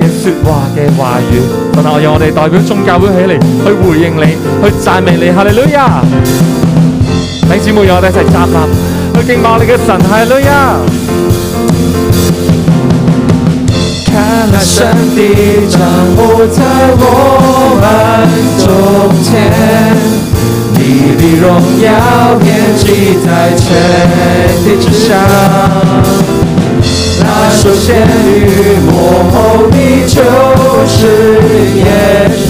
Speaker 5: 嘅説話嘅話語，神啊，我讓我哋代表眾教會起嚟去回應你，去讚美你，哈利路亞！弟兄姊妹，讓我哋一齊站立，去敬拜我哋嘅神，哈利路亞！看那神的掌握在我们中间。你的荣耀遍及在全地之上。那首先于幕后的就是耶稣，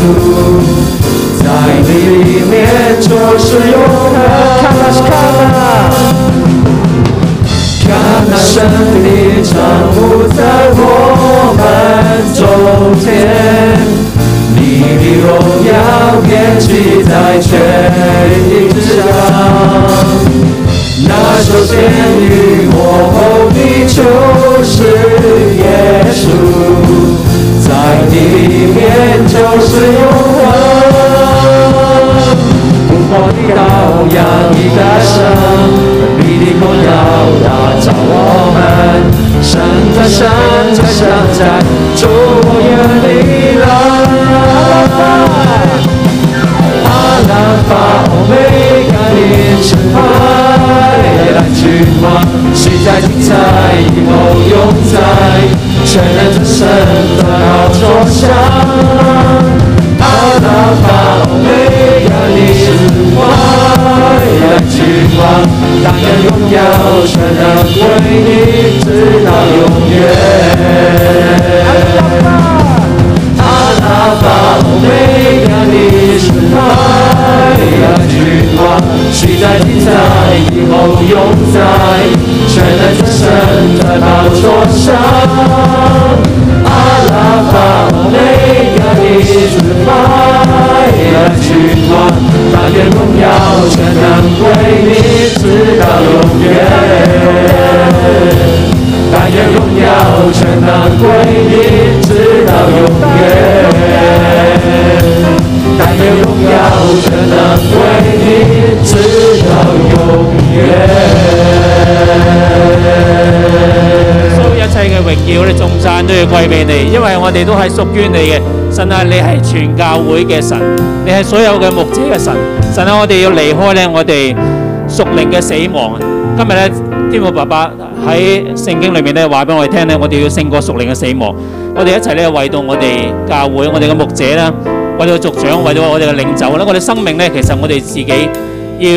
Speaker 5: 在你里面就是永恒。看啊看啊，看那神的掌握在我们中间。你的荣耀遍及在全地之上。那首先于我后的就是耶稣，在你里面就是永恒。不破的羔羊已诞生，你的荣耀打造我们，神在神在神在，主我愿你来。阿拉法欧美伽的神派，来君王，谁在精彩，以后永在，全能之神的宝座下。阿拉法欧美伽的神派，来君王，大愿荣耀全能归你，直到永远。阿拉法欧美伽的神爱呀，君王，谁在精彩，以后永在，全能之神在宝座上。阿拉法欧美伽的神爱呀，君王，大愿荣耀全能归你，直到永远。但愿荣耀全能归你，直到永远。但愿荣耀全能归你，直到永
Speaker 6: 所有一切嘅榮耀咧，仲讚都要歸俾你，因為我哋都係屬於你嘅。神啊，你係全教會嘅神，你係所有嘅牧者嘅神。神啊，我哋要離開咧，我哋屬靈嘅死亡。今日咧，天父爸爸喺聖經裏面咧話俾我哋聽咧，我哋要勝過屬靈嘅死亡。我哋一齊咧為到我哋教會、我哋嘅牧者啦，為到族長、為到我哋嘅領袖啦，我哋生命咧，其實我哋自己。要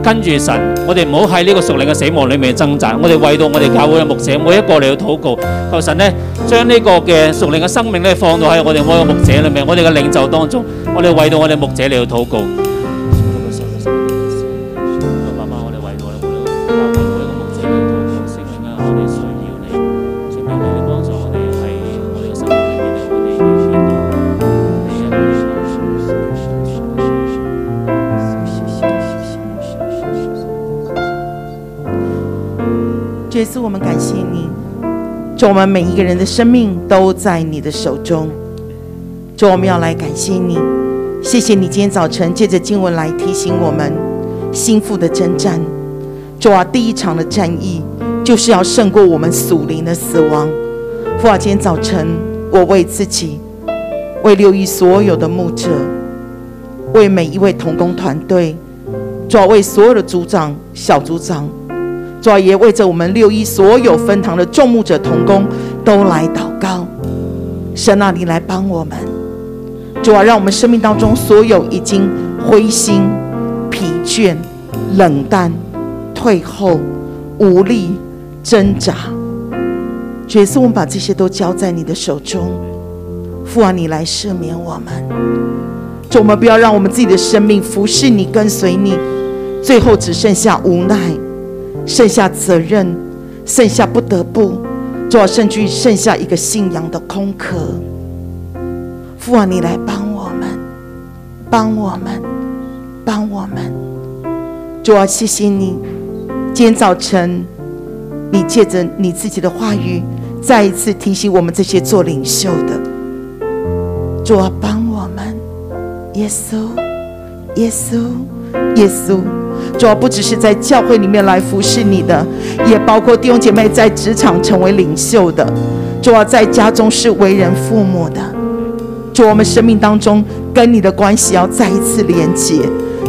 Speaker 6: 跟住神，我哋唔好喺呢個屬靈嘅死亡裏面掙扎。我哋為到我哋教會嘅牧者，每一個嚟到禱告，求神呢將呢個嘅屬靈嘅生命咧放到喺我哋每一個牧者裏面，我哋嘅領袖當中，我哋為到我哋牧者嚟到禱告。爸爸，我哋為到我哋教會每一個牧者嚟到禱告，聖靈啊，我哋需要你，聖靈啊你幫助我哋喺我哋嘅生命裏面，我哋要見到你嘅幫助。
Speaker 7: 这次我们感谢你，主，我们每一个人的生命都在你的手中。主，我们要来感谢你，谢谢你今天早晨借着经文来提醒我们心腹的征战。主啊，第一场的战役就是要胜过我们属灵的死亡。父啊，今天早晨我为自己，为六一所有的牧者，为每一位同工团队，主啊，为所有的组长、小组长。主啊，也为着我们六一所有分堂的众牧者同工都来祷告。神啊，你来帮我们。主啊，让我们生命当中所有已经灰心、疲倦、冷淡、退后、无力、挣扎，主耶稣，我们把这些都交在你的手中。父啊，你来赦免我们。主，我们不要让我们自己的生命服侍你、跟随你，最后只剩下无奈。剩下责任，剩下不得不，主啊，甚至于剩下一个信仰的空壳。父啊，你来帮我们，帮我们，帮我们。主啊，谢谢你，今天早晨你借着你自己的话语，再一次提醒我们这些做领袖的，主啊，帮我们，耶稣，耶稣，耶稣。主啊，不只是在教会里面来服侍你的，也包括弟兄姐妹在职场成为领袖的，主啊，在家中是为人父母的。主，我们生命当中跟你的关系要再一次连接。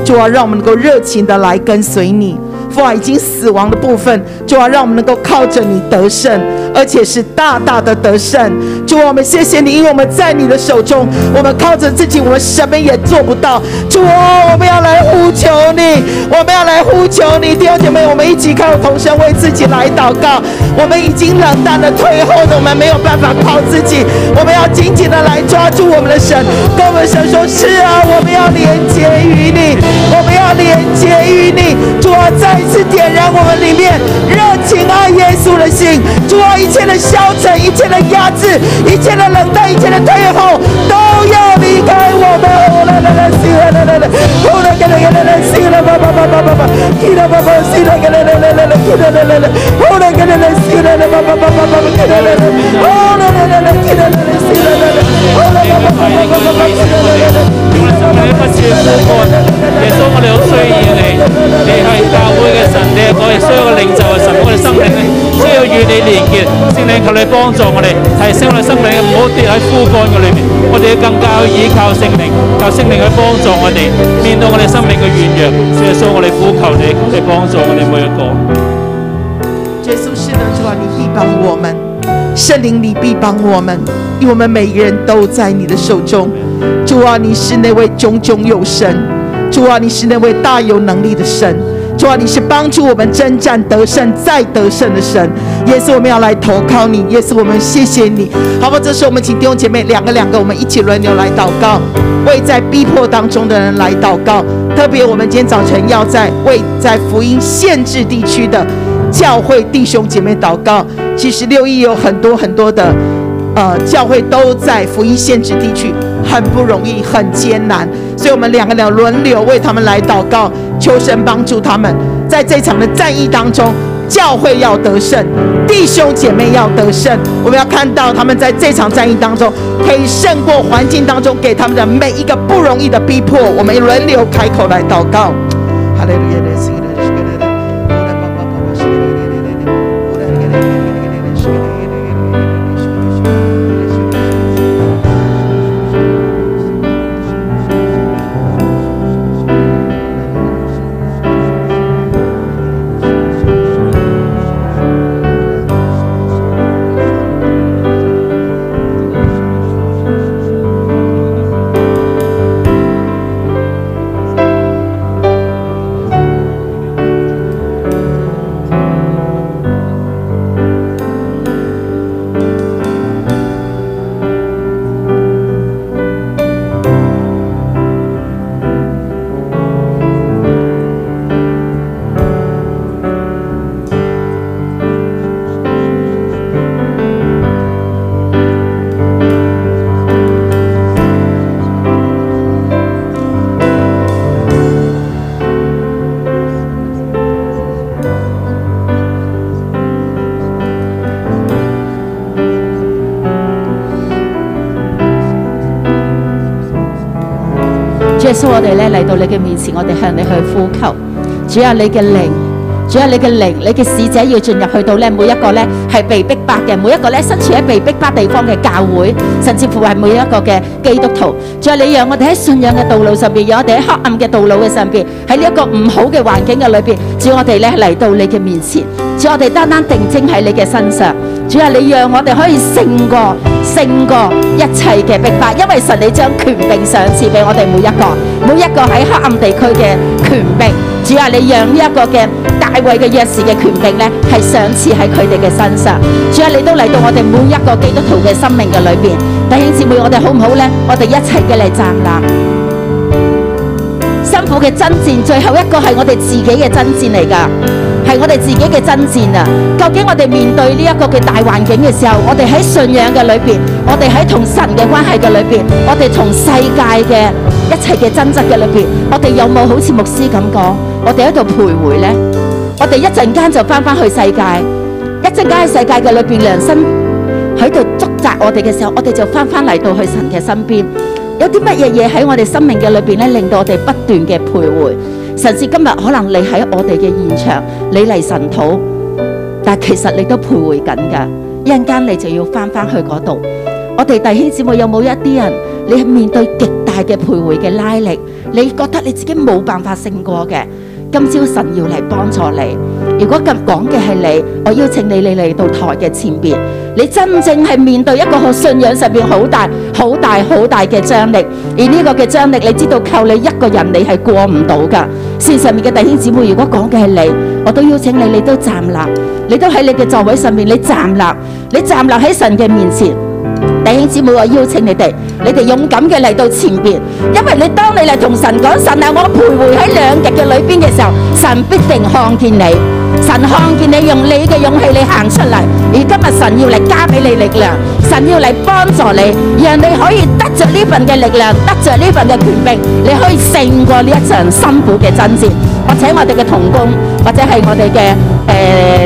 Speaker 7: 主啊，让我们能够热情的来跟随你。父啊，已经死亡的部分，主啊，让我们能够靠着你得胜，而且是大大的得胜。主啊，我们谢谢你，因为我们在你的手中，我们靠着自己，我们什么也做不到。主啊，我们要来呼求你，我们要来呼求你，弟兄姐妹，我们一起靠同声为自己来祷告。我们已经冷淡的、退后的，我们没有办法靠自己，我们要紧紧的来抓住我们的神，跟我们神说：“是啊，我们要连接于你，我们要连接于你。”主啊，再一次点燃我们里面热情爱耶稣的心。主啊，一切的消沉、一切的压制、一切的冷淡、一切的退后，都要离开我们。哦啦啦啦，西啦啦啦啦，哦啦啦啦啦啦，西啦吧吧吧吧吧吧，西啦吧吧，西啦啦啦啦啦啦，西啦啦啦啦，哦啦啦啦啦，西啦啦吧吧吧吧吧，西啦啦啦，哦啦啦啦啦，西啦啦啦，西啦啦啦，哦啦啦吧吧吧吧吧，西啦啦啦啦，
Speaker 6: 用你心裏不住嘅苦幹，耶穌，我哋好需要你，你係教會嘅神，你係我哋需要嘅領袖嘅神，我哋生命需要與你連結，聖靈求你幫助我哋，提升我哋生命，唔好跌喺枯乾嘅裏面，我哋要更加去依靠聖靈，求聖靈去幫助我哋，面對我哋生命嘅軟弱，耶穌，我哋呼求你，求你幫助我哋每一個。
Speaker 7: 耶稣是的，主啊，你必帮我们，圣灵你必帮我们，因为我们每个人都在你的手中。主啊，你是那位炯炯有神，主啊，你是那位大有能力的神，主啊，你是帮助我们征战得胜再得胜的神。耶稣，我们要来投靠你，耶稣，我们谢谢你，好不好？这时候我们请弟兄姐妹两个两个，我们一起轮流来祷告，为在逼迫当中的人来祷告。特别我们今天早晨要在为在福音限制地区的教会弟兄姐妹祷告。其实六一有很多很多的呃教会都在福音限制地区，很不容易，很艰难。所以我们两个两轮流为他们来祷告，求神帮助他们，在这场的战役当中，教会要得胜，弟兄姐妹要得胜。我们要看到他们在这场战役当中，可以胜过环境当中给他们的每一个不容易的逼迫。我们轮流开口来祷告，哈利路亚。
Speaker 8: 主耶稣，我哋咧嚟到你嘅面前，我哋向你去呼求。主啊，你嘅灵，主啊，你嘅灵，你嘅使者要进入去到咧每一个咧系被逼迫嘅，每一个咧身处喺被逼迫地方嘅教会，甚至乎系每一个嘅基督徒。主啊，你让我哋喺信仰嘅道路上边，让我哋喺黑暗嘅道路嘅上边，喺呢一个唔好嘅环境嘅里边，主我哋咧嚟到你嘅面前，主我哋单单定睛喺你嘅身上。主啊，你让我哋可以胜过胜过一切嘅逼迫，因为神你将权柄赏赐俾我哋每一个，每一个喺黑暗地区嘅权柄。主啊，你让呢一个嘅大卫嘅约士嘅权柄咧，系赏赐喺佢哋嘅身上。主啊，你都嚟到我哋每一个基督徒嘅生命嘅里边，弟兄姊妹，我哋好唔好咧？我哋一齐嘅嚟站立。辛苦嘅爭戰，最後一個係我哋自己嘅爭戰嚟㗎，係我哋自己嘅爭戰啊！究竟我哋面對呢一個嘅大環境嘅時候，我哋喺信仰嘅裏邊，我哋喺同神嘅關係嘅裏邊，我哋同世界嘅一切嘅爭執嘅裏邊，我哋有冇好似牧師咁講，我哋喺度徘徊呢？我哋一陣間就翻返去世界，一陣間喺世界嘅裏邊，良心喺度捉扎我哋嘅時候，我哋就翻翻嚟到去神嘅身邊。有啲乜嘢嘢喺我哋生命嘅裏邊咧，令到我哋不斷嘅徘徊。甚至今日可能你喺我哋嘅現場，你嚟神土，但其實你都徘徊緊㗎。一陣間你就要翻翻去嗰度。我哋弟兄姊妹有冇一啲人，你係面對極大嘅徘徊嘅拉力，你覺得你自己冇辦法勝過嘅？今朝神要嚟幫助你。如果咁講嘅係你，我邀請你你嚟到台嘅前邊，你真正係面對一個好信仰上邊好大、好大、好大嘅張力，而呢個嘅張力，你知道靠你一個人你係過唔到㗎。線上面嘅弟兄姊妹，如果講嘅係你，我都邀請你，你都站立，你都喺你嘅座位上面，你站立，你站立喺神嘅面前。弟兄姊妹，我邀請你哋，你哋勇敢嘅嚟到前邊，因為你當你嚟同神講神啊，我徘徊喺兩極嘅裏邊嘅時候，神必定看見你，神看見你用你嘅勇氣你行出嚟，而今日神要嚟加俾你力量，神要嚟幫助你，讓你可以得着呢份嘅力量，得着呢份嘅權柄，你可以勝過呢一場辛苦嘅爭戰。我請我哋嘅童工或者係我哋嘅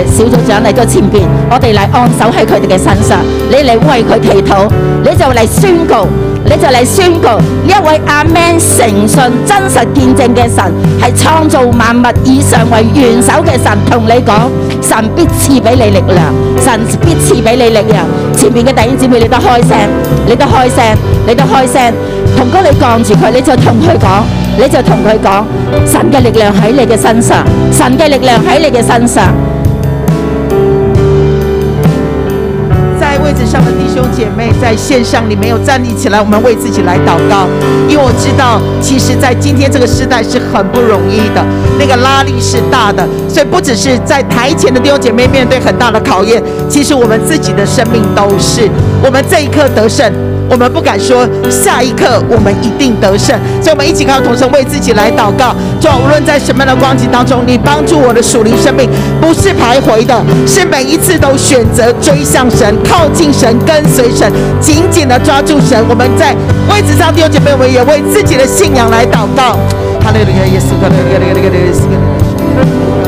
Speaker 8: 誒小組長嚟到前邊，我哋嚟按手喺佢哋嘅身上，你嚟為佢祈禱，你就嚟宣告，你就嚟宣告呢一位阿 Man 誠信真實見證嘅神係創造萬物以上為元首嘅神，同你講，神必賜俾你力量，神必賜俾你力量。前面嘅弟兄姊妹，你都開聲，你都開聲，你都開聲，同哥你降住佢，你就同佢講。你就同佢講，神嘅力量喺你嘅身上，神嘅力量喺你嘅身上。
Speaker 7: 在位置上的弟兄姐妹，在线上你没有站立起来，我们为自己来祷告，因为我知道，其实，在今天这个时代是很不容易的，那个拉力是大的，所以不只是在台前的弟兄姐妹面对很大的考验，其实我们自己的生命都是，我们这一刻得胜。我们不敢说下一刻我们一定得胜，所以我们一起靠同声为自己来祷告。主啊，无论在什么样的光景当中，你帮助我的属灵生命不是徘徊的，是每一次都选择追向神、靠近神、跟随神，紧紧的抓住神。我们在位置上弟兄姐妹，我们也为自己的信仰来祷告。哈利路亚，耶稣，哈利路亚，哈利路亚，耶稣。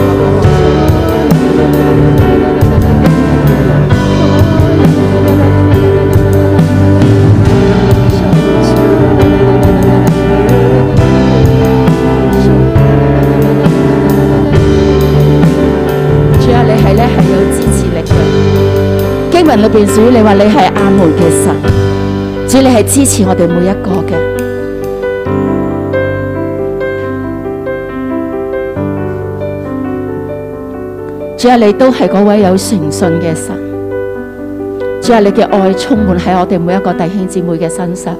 Speaker 8: 主啊，你係咧係有支持力嘅。經文裏邊主啊你話你係阿門嘅神，主啊你係支持我哋每一個嘅。主啊，你都係嗰位有誠信嘅神。主啊，你嘅愛充滿喺我哋每一個弟兄姊妹嘅身上，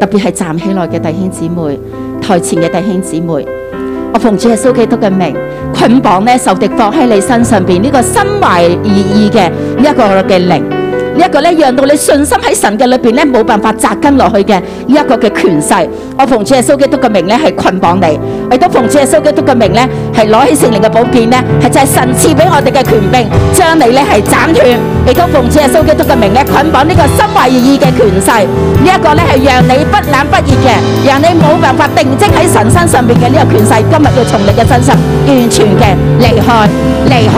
Speaker 8: 特別係站起來嘅弟兄姊妹、台前嘅弟兄姊妹。我奉主耶穌基督嘅名，捆綁咧仇敵放喺你身上邊呢、個心懷異意嘅呢一個嘅靈，呢、一個咧讓到你信心喺神嘅裏邊咧冇辦法扎根落去嘅呢一個嘅權勢。我奉主耶穌基督嘅名咧係捆綁你，我亦都奉主耶穌基督嘅名咧係攞起聖靈嘅寶劍咧係就係神賜俾我哋嘅權柄，將你咧係斬斷，亦都奉主耶穌基督嘅名咧捆綁呢個心懷異意嘅權勢，呢、一個咧係讓你不冷不熱嘅，讓你冇辦法定睛喺神身上邊嘅呢個權勢，今日要從你嘅身上完全嘅離開、離開、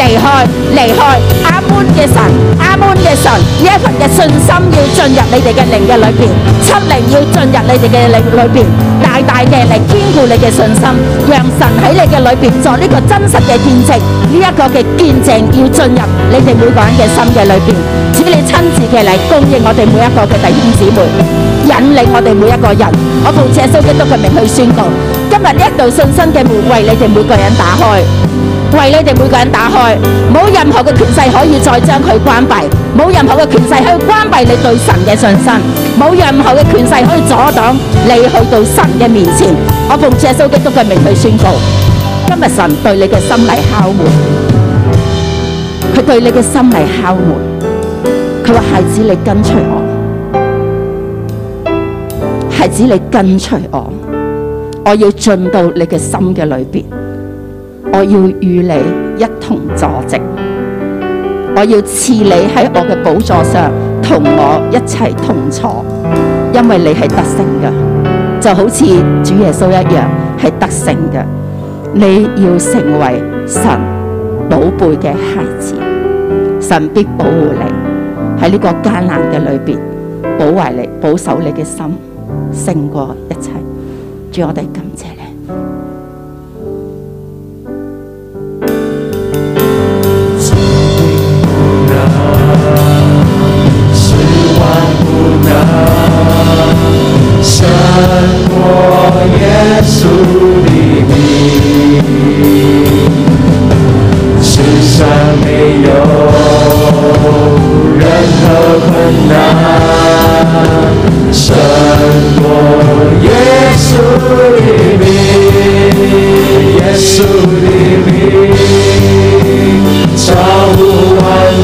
Speaker 8: 離開、離開。阿門嘅神，阿門嘅神，呢一份嘅信心要進入你哋嘅靈嘅裏邊，七靈要進入你哋嘅靈裏邊，大大嘅嚟堅固你嘅信心，讓神喺你嘅裏邊作呢個真實嘅見證，呢、一個嘅見證要進入你哋每個人嘅心嘅裏邊，只你親自嘅嚟供應我哋每一個嘅弟兄姊妹。引領我哋每一個人。我奉耶穌基督嘅名去宣告，今日呢一道信心嘅門為你哋每個人打開，為你哋每個人打開，冇任何嘅權勢可以再將佢關閉，冇任何嘅權勢可以關閉你對神嘅信心，冇任何嘅權勢可以阻擋你去到神嘅面前。我奉耶穌基督嘅名去宣告，今日神對你嘅心嚟敲門，佢對你嘅心嚟敲門，佢話：孩子，你跟隨我。孩子，你跟隨我，我要進到你嘅心嘅裏邊，我要與你一同坐席，我要賜你喺我嘅寶座上同我一齊同坐，因為你係得勝嘅，就好似主耶穌一樣係得勝嘅，你要成為神寶貝嘅孩子。神必保護你喺呢個艱難嘅裏邊，保衛你，保守你嘅心，勝過一切。主，我哋感謝你。
Speaker 5: 胜过耶稣的名，世上没有任何困难胜过耶稣的名，耶稣的名超乎万民，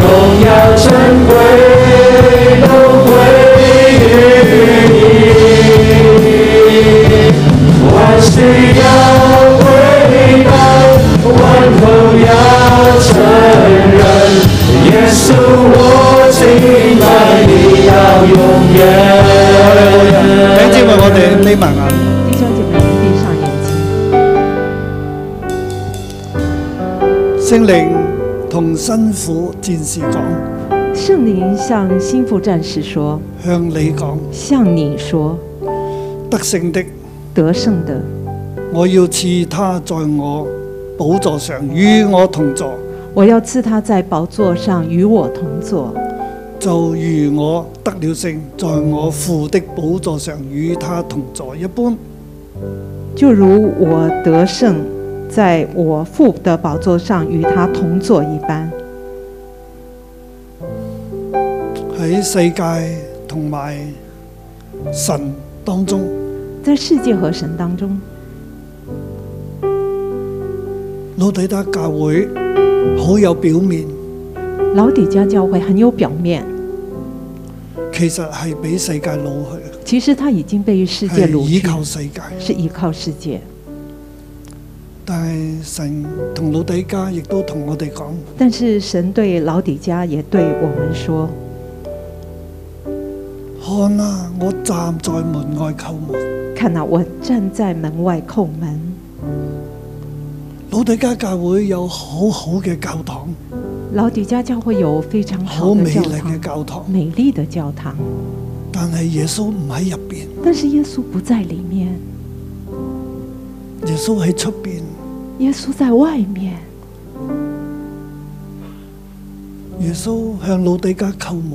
Speaker 5: 荣耀珍贵都归于你。万事要回答，万口要承认，耶稣我敬拜你到永远。
Speaker 2: 弟兄姊妹，我哋眯埋眼。
Speaker 4: 弟兄姐妹闭上眼睛。
Speaker 2: 圣灵同辛苦战士讲，
Speaker 4: 圣灵向心腹战士说
Speaker 2: 向你讲：：“
Speaker 4: 向你说，
Speaker 2: 得胜的，
Speaker 4: 得胜的，
Speaker 2: 我要赐他在我宝座上与我同坐，
Speaker 4: 我要赐他在宝座上与我同坐，
Speaker 2: 就如我得了胜，在我父的宝座上与他同坐一般。
Speaker 3: 就如我得胜，在我父的宝座上与他同坐一般。
Speaker 2: 喺世界同埋神当中，
Speaker 3: 在世界和神当中，
Speaker 2: 老底德教会好有表面，
Speaker 3: 老底家教会很有表面，
Speaker 2: 其实系俾世界掳
Speaker 3: 其实他已经被世
Speaker 2: 去，
Speaker 3: 界
Speaker 2: 系
Speaker 3: 掳
Speaker 2: 依
Speaker 3: 去，
Speaker 2: 靠世界。
Speaker 3: 是依靠世界。
Speaker 2: 但係神同老底家亦都同我哋講，
Speaker 3: 但是神对老底家也对我们说
Speaker 2: 看啊，我站在門外叩門。：“
Speaker 3: 看呐、我站在门外叩门。
Speaker 2: 老底家教會有好好嘅教堂，”
Speaker 3: 老底家教會有非常
Speaker 2: 好
Speaker 3: 好的
Speaker 2: 美
Speaker 3: 教
Speaker 2: 麗嘅
Speaker 3: 堂，
Speaker 2: 教堂，
Speaker 3: 美丽的教堂，
Speaker 2: 但係耶穌唔喺入邊，
Speaker 3: 但是耶穌不在里面，
Speaker 2: 耶穌喺出邊。
Speaker 3: 耶穌在外面。
Speaker 2: 耶穌向老底家叩門，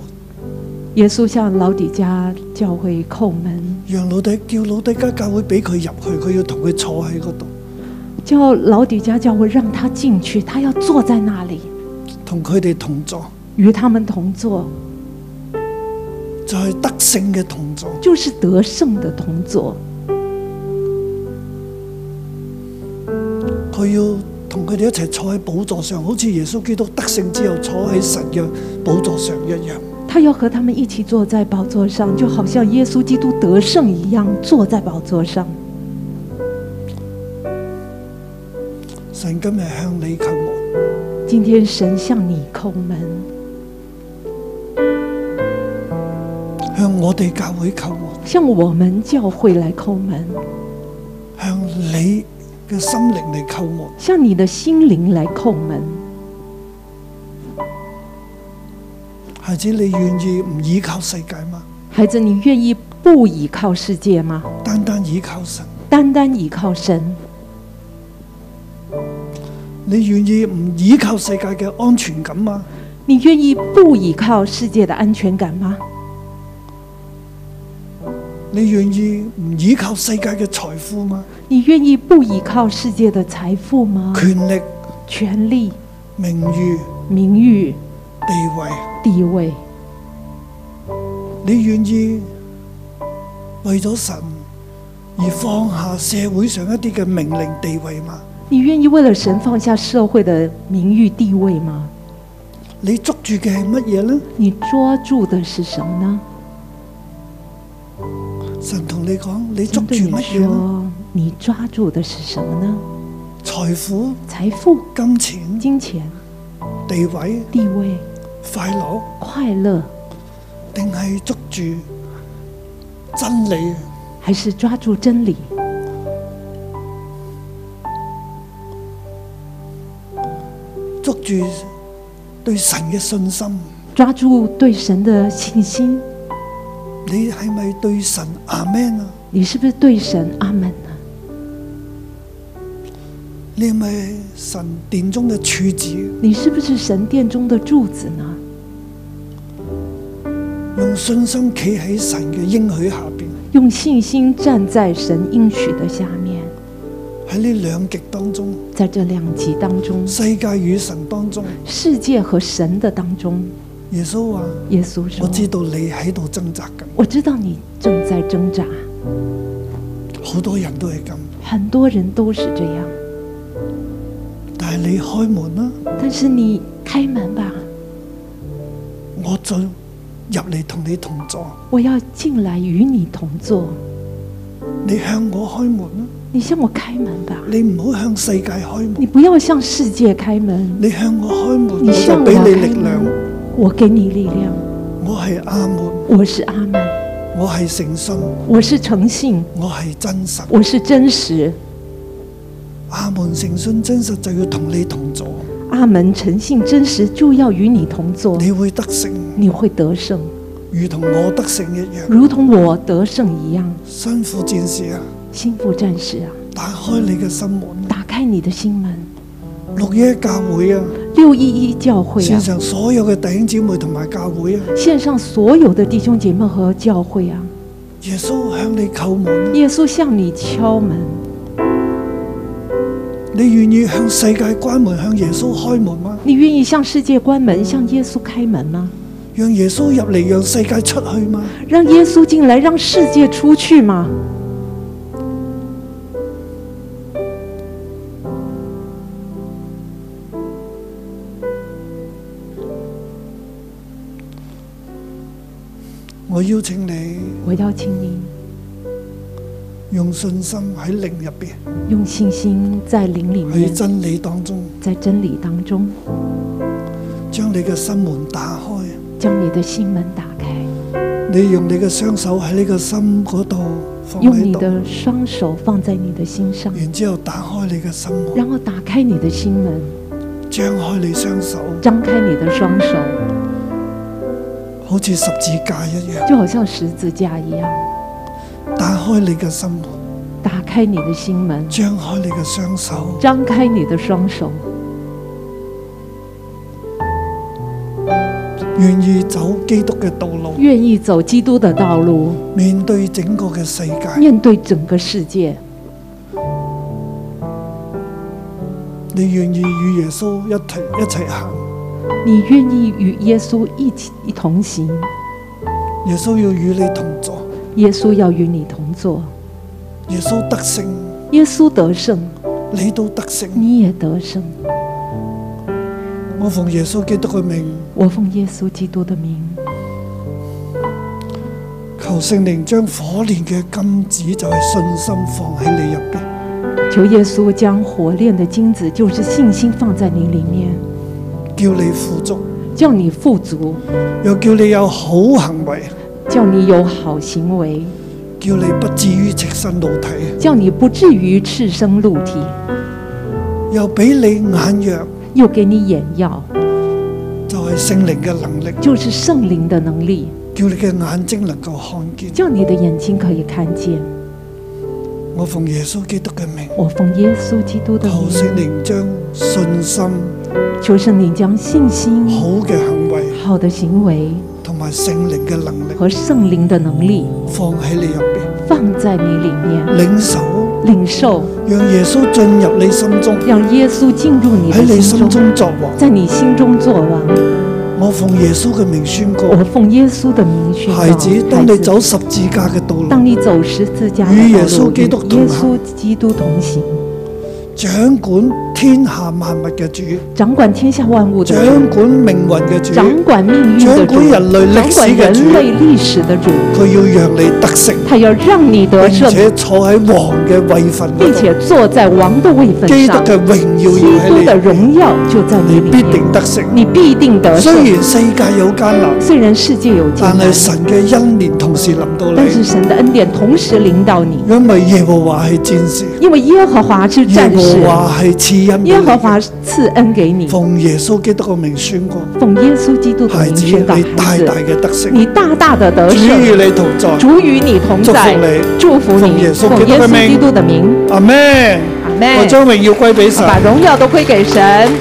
Speaker 3: 耶穌向老底家教會叩门，
Speaker 2: 讓老底叫老底家教會俾佢入去，佢要同佢坐喺嗰度，
Speaker 3: 叫老底家教会让他进去，他要坐在那里，
Speaker 2: 同佢哋同坐，
Speaker 3: 与他们同坐，
Speaker 2: 就係得勝嘅同坐。
Speaker 3: 就是得胜的同坐。
Speaker 2: 佢要同佢哋一齊坐喺寶座上，好似耶穌基督得勝之後坐喺神嘅寶座上一樣。
Speaker 3: 他要和他们一起坐在宝座上，就好像耶稣基督得胜一样，坐在宝座上。
Speaker 2: 神今日向你叩門。
Speaker 3: 今天神向你叩门，
Speaker 2: 向我哋教會求我，
Speaker 3: 向我们教会来叩门，
Speaker 2: 向你嘅心靈嚟求我。
Speaker 3: 向你的心灵来叩门。
Speaker 2: 孩子，你願意唔依靠世界嗎？
Speaker 3: 孩子，你愿意不依靠世界吗？
Speaker 2: 單單依靠神，
Speaker 3: 单单依靠神，
Speaker 2: 你願意唔依靠世界嘅安全感嗎？
Speaker 3: 你愿意不依靠世界的安全感吗？
Speaker 2: 你願意唔依靠世界嘅財富嗎？
Speaker 3: 你愿意不依靠世界的财富吗？
Speaker 2: 權力、
Speaker 3: 权力、
Speaker 2: 名譽、
Speaker 3: 名誉、
Speaker 2: 地位，
Speaker 3: 地位，
Speaker 2: 你願意為咗神而放下社會上一啲嘅命令地位嗎？
Speaker 3: 你愿意为了神放下社会的名誉地位吗？
Speaker 2: 你捉住嘅係乜嘢呢？
Speaker 3: 你捉住的是什么呢？
Speaker 2: 神同你講，你捉住
Speaker 3: 神对你
Speaker 2: 乜嘢呢？
Speaker 3: 说，你抓住的是什么呢？
Speaker 2: 財富、
Speaker 3: 财富、
Speaker 2: 金錢、
Speaker 3: 金钱、
Speaker 2: 地位、
Speaker 3: 地位、
Speaker 2: 快樂。
Speaker 3: 快乐，
Speaker 2: 定係捉住真理，
Speaker 3: 还是抓住真理？
Speaker 2: 捉住對神嘅信心，
Speaker 3: 抓住对神的信心。
Speaker 2: 你係咪對神阿 man 啊？
Speaker 3: 你是不是对神阿门啊呢？
Speaker 2: 你係咪神殿中嘅柱子？
Speaker 3: 你是不是神殿中的柱子呢？
Speaker 2: 用信心企喺神嘅應許下邊，
Speaker 3: 用信心站在神应许的下面，
Speaker 2: 喺呢兩極當中，
Speaker 3: 在这两极当中，
Speaker 2: 世界與神當中，
Speaker 3: 世界和神的当中，
Speaker 2: 耶穌話：
Speaker 3: 耶稣
Speaker 2: 我
Speaker 3: 说
Speaker 2: 知道你喺度掙扎緊，：“
Speaker 3: 我知道你正在挣扎，
Speaker 2: 好多人都係咁，
Speaker 3: 很多人都是这样，
Speaker 2: 但係你開門啦、
Speaker 3: 但是你开门吧，
Speaker 2: 我就入嚟同你同坐。
Speaker 3: 我要进来与你同坐。
Speaker 2: 你向我開門啦、
Speaker 3: 你向我开门吧，
Speaker 2: 你唔好向世界開
Speaker 3: 你
Speaker 2: 門，
Speaker 3: 不要向世界开门，
Speaker 2: 你向我開門，
Speaker 3: 你
Speaker 2: 我
Speaker 3: 向
Speaker 2: 就
Speaker 3: 我
Speaker 2: 俾你
Speaker 3: 開
Speaker 2: 力量。
Speaker 3: 我给你力量。
Speaker 2: 我係阿門，
Speaker 3: 我是阿门，
Speaker 2: 我係誠信，
Speaker 3: 我是诚信，
Speaker 2: 我係真實。
Speaker 3: 我是真实。
Speaker 2: 阿門誠信真實就要同你同坐，
Speaker 3: 阿门，诚信真实就要与你同坐，
Speaker 2: 你會得勝，
Speaker 3: 你会得胜，
Speaker 2: 如同我得勝一樣。
Speaker 3: 如同我得胜一样。
Speaker 2: 辛苦戰士啊，
Speaker 3: 心腹战士啊，
Speaker 2: 打開你嘅心門，
Speaker 3: 打开你的心门。
Speaker 2: 六一教會啊，
Speaker 3: 六一一教会
Speaker 2: 線
Speaker 3: 啊，
Speaker 2: 上所有嘅弟兄姊妹同埋教會啊，
Speaker 3: 线上所有的弟兄姐妹和教会啊，
Speaker 2: 耶穌向你叩門啊，
Speaker 3: 耶稣向你敲门，
Speaker 2: 你願意向世界關門，向耶穌開門嗎？
Speaker 3: 你愿意向世界关门，向耶稣开门吗？
Speaker 2: 讓耶穌入嚟，讓世界出去嗎？
Speaker 3: 让耶稣进来，让世界出去吗？
Speaker 2: 我邀請你
Speaker 3: 我邀请你
Speaker 2: 用信心喺靈入邊，
Speaker 3: 用信心在灵里
Speaker 2: 喺
Speaker 3: 面，
Speaker 2: 真理當中，
Speaker 3: 在真理当中，
Speaker 2: 將你嘅心門打開。
Speaker 3: 将你的心门打开。
Speaker 2: 你用你嘅雙手喺呢個心嗰度放
Speaker 3: 用你
Speaker 2: 喺度，
Speaker 3: 的双手放在你的心上，
Speaker 2: 然之後打開你嘅心門，
Speaker 3: 然后打开你的心门，
Speaker 2: 張開你雙手，
Speaker 3: 张开你的双手，
Speaker 2: 好似十字架一樣，
Speaker 3: 就好像十字架一样，
Speaker 2: 打開你嘅心門，
Speaker 3: 打开你的心门，
Speaker 2: 張開你嘅雙手，
Speaker 3: 张开你的双手，
Speaker 2: 願意走基督嘅道路，
Speaker 3: 愿意走基督的道路，
Speaker 2: 面對整個嘅世界。
Speaker 3: 面对整个世界。
Speaker 2: 你願意與耶穌一齊一齊行，
Speaker 3: 你愿意与耶稣一起一同行，
Speaker 2: 耶穌要與你同坐，
Speaker 3: 耶稣要与你同坐，
Speaker 2: 耶穌得勝，
Speaker 3: 耶稣得胜，
Speaker 2: 你都得勝。
Speaker 3: 你也得胜。
Speaker 2: 我奉耶穌基督嘅名，
Speaker 3: 我奉耶稣基督的名，
Speaker 2: 求聖靈將火煉嘅金子就係信心放喺你入邊。
Speaker 3: 求耶稣将火炼的金子，就是信心，放在你里面，
Speaker 2: 叫你富足，
Speaker 3: 叫你富足。
Speaker 2: 又叫你有好行為，
Speaker 3: 叫你有好行为，
Speaker 2: 叫你不至於赤身露體，
Speaker 3: 叫你不至于赤身露体，
Speaker 2: 又俾你眼藥，
Speaker 3: 又给你眼药，
Speaker 2: 就係聖靈嘅能力，
Speaker 3: 就是圣灵的能力，
Speaker 2: 叫你嘅眼睛能夠看見。
Speaker 3: 叫你的眼睛可以看见。
Speaker 2: 我奉耶穌基督嘅名，
Speaker 3: 我奉耶稣基督的
Speaker 2: 求聖
Speaker 3: 名，
Speaker 2: 靈將信心、
Speaker 3: 求圣灵将信心、
Speaker 2: 好嘅行為
Speaker 3: 好的行为
Speaker 2: 同埋聖靈嘅能力
Speaker 3: 和圣灵的能力
Speaker 2: 放喺你入邊，
Speaker 3: 放在你里面，
Speaker 2: 領受，
Speaker 3: 领受，
Speaker 2: 讓耶穌進入你心中，
Speaker 3: 让耶稣进入你
Speaker 2: 喺
Speaker 3: 的
Speaker 2: 你心
Speaker 3: 心中，
Speaker 2: 中作王。
Speaker 3: 在你心中作王。
Speaker 2: 我奉耶穌嘅名宣告，
Speaker 3: 我奉耶稣的名宣告，
Speaker 2: 孩子，當
Speaker 3: 孩
Speaker 2: 你
Speaker 3: 子
Speaker 2: 走十字架嘅道路
Speaker 3: 当，你走十字架的道路，
Speaker 2: 与
Speaker 3: 与
Speaker 2: 耶
Speaker 3: 耶
Speaker 2: 稣基督同行
Speaker 3: 稣基督同行，
Speaker 2: 掌管天下萬物嘅主。
Speaker 3: 掌管天下万物的
Speaker 2: 掌
Speaker 3: 主，
Speaker 2: 管命運嘅主，
Speaker 3: 掌管命运的
Speaker 2: 掌
Speaker 3: 主，
Speaker 2: 管人類歷
Speaker 3: 掌
Speaker 2: 史
Speaker 3: 管
Speaker 2: 嘅
Speaker 3: 人类
Speaker 2: 主，
Speaker 3: 历史的主，
Speaker 2: 佢要讓你得勝，
Speaker 3: 他要讓你得
Speaker 2: 並
Speaker 3: 胜，
Speaker 2: 且坐喺王嘅位份嗰
Speaker 3: 并
Speaker 2: 度
Speaker 3: 且坐在王的位分
Speaker 2: 基督
Speaker 3: 上。
Speaker 2: 嘅榮
Speaker 3: 基
Speaker 2: 耀
Speaker 3: 督
Speaker 2: 要
Speaker 3: 的
Speaker 2: 喺
Speaker 3: 荣耀就在
Speaker 2: 你，你
Speaker 3: 你里
Speaker 2: 必
Speaker 3: 面，
Speaker 2: 定得勝。
Speaker 3: 你必定得
Speaker 2: 雖
Speaker 3: 胜。
Speaker 2: 然世界有艱難，
Speaker 3: 虽然世界有艰
Speaker 2: 但
Speaker 3: 难
Speaker 2: 係，神嘅恩年同時臨到
Speaker 3: 但是
Speaker 2: 你，
Speaker 3: 神的恩典同时领导你，
Speaker 2: 因為耶和華係戰士，
Speaker 3: 因为耶和华是
Speaker 2: 耶
Speaker 3: 战士
Speaker 2: 和，華係賜賜恩俾
Speaker 3: 耶
Speaker 2: 你
Speaker 3: 和华
Speaker 2: 嘅。
Speaker 3: 赐恩给你。
Speaker 2: 奉耶穌基督嘅名宣告，
Speaker 3: 奉耶稣基督的
Speaker 2: 孩
Speaker 3: 名
Speaker 2: 子
Speaker 3: 宣告，
Speaker 2: 你大
Speaker 3: 孩
Speaker 2: 大
Speaker 3: 子，
Speaker 2: 嘅得勝，
Speaker 3: 你大大的得
Speaker 2: 主與
Speaker 3: 胜，
Speaker 2: 你同在。
Speaker 3: 主与你同在，祝福
Speaker 2: 奉耶
Speaker 3: 你。
Speaker 2: 稣
Speaker 3: 奉
Speaker 2: 基督
Speaker 3: 耶
Speaker 2: 的
Speaker 3: 稣
Speaker 2: 名
Speaker 3: 基督的名，
Speaker 2: 阿咩？
Speaker 3: 阿
Speaker 2: 我
Speaker 3: 门。
Speaker 2: 將榮耀歸俾神。
Speaker 3: 把荣耀都归给神。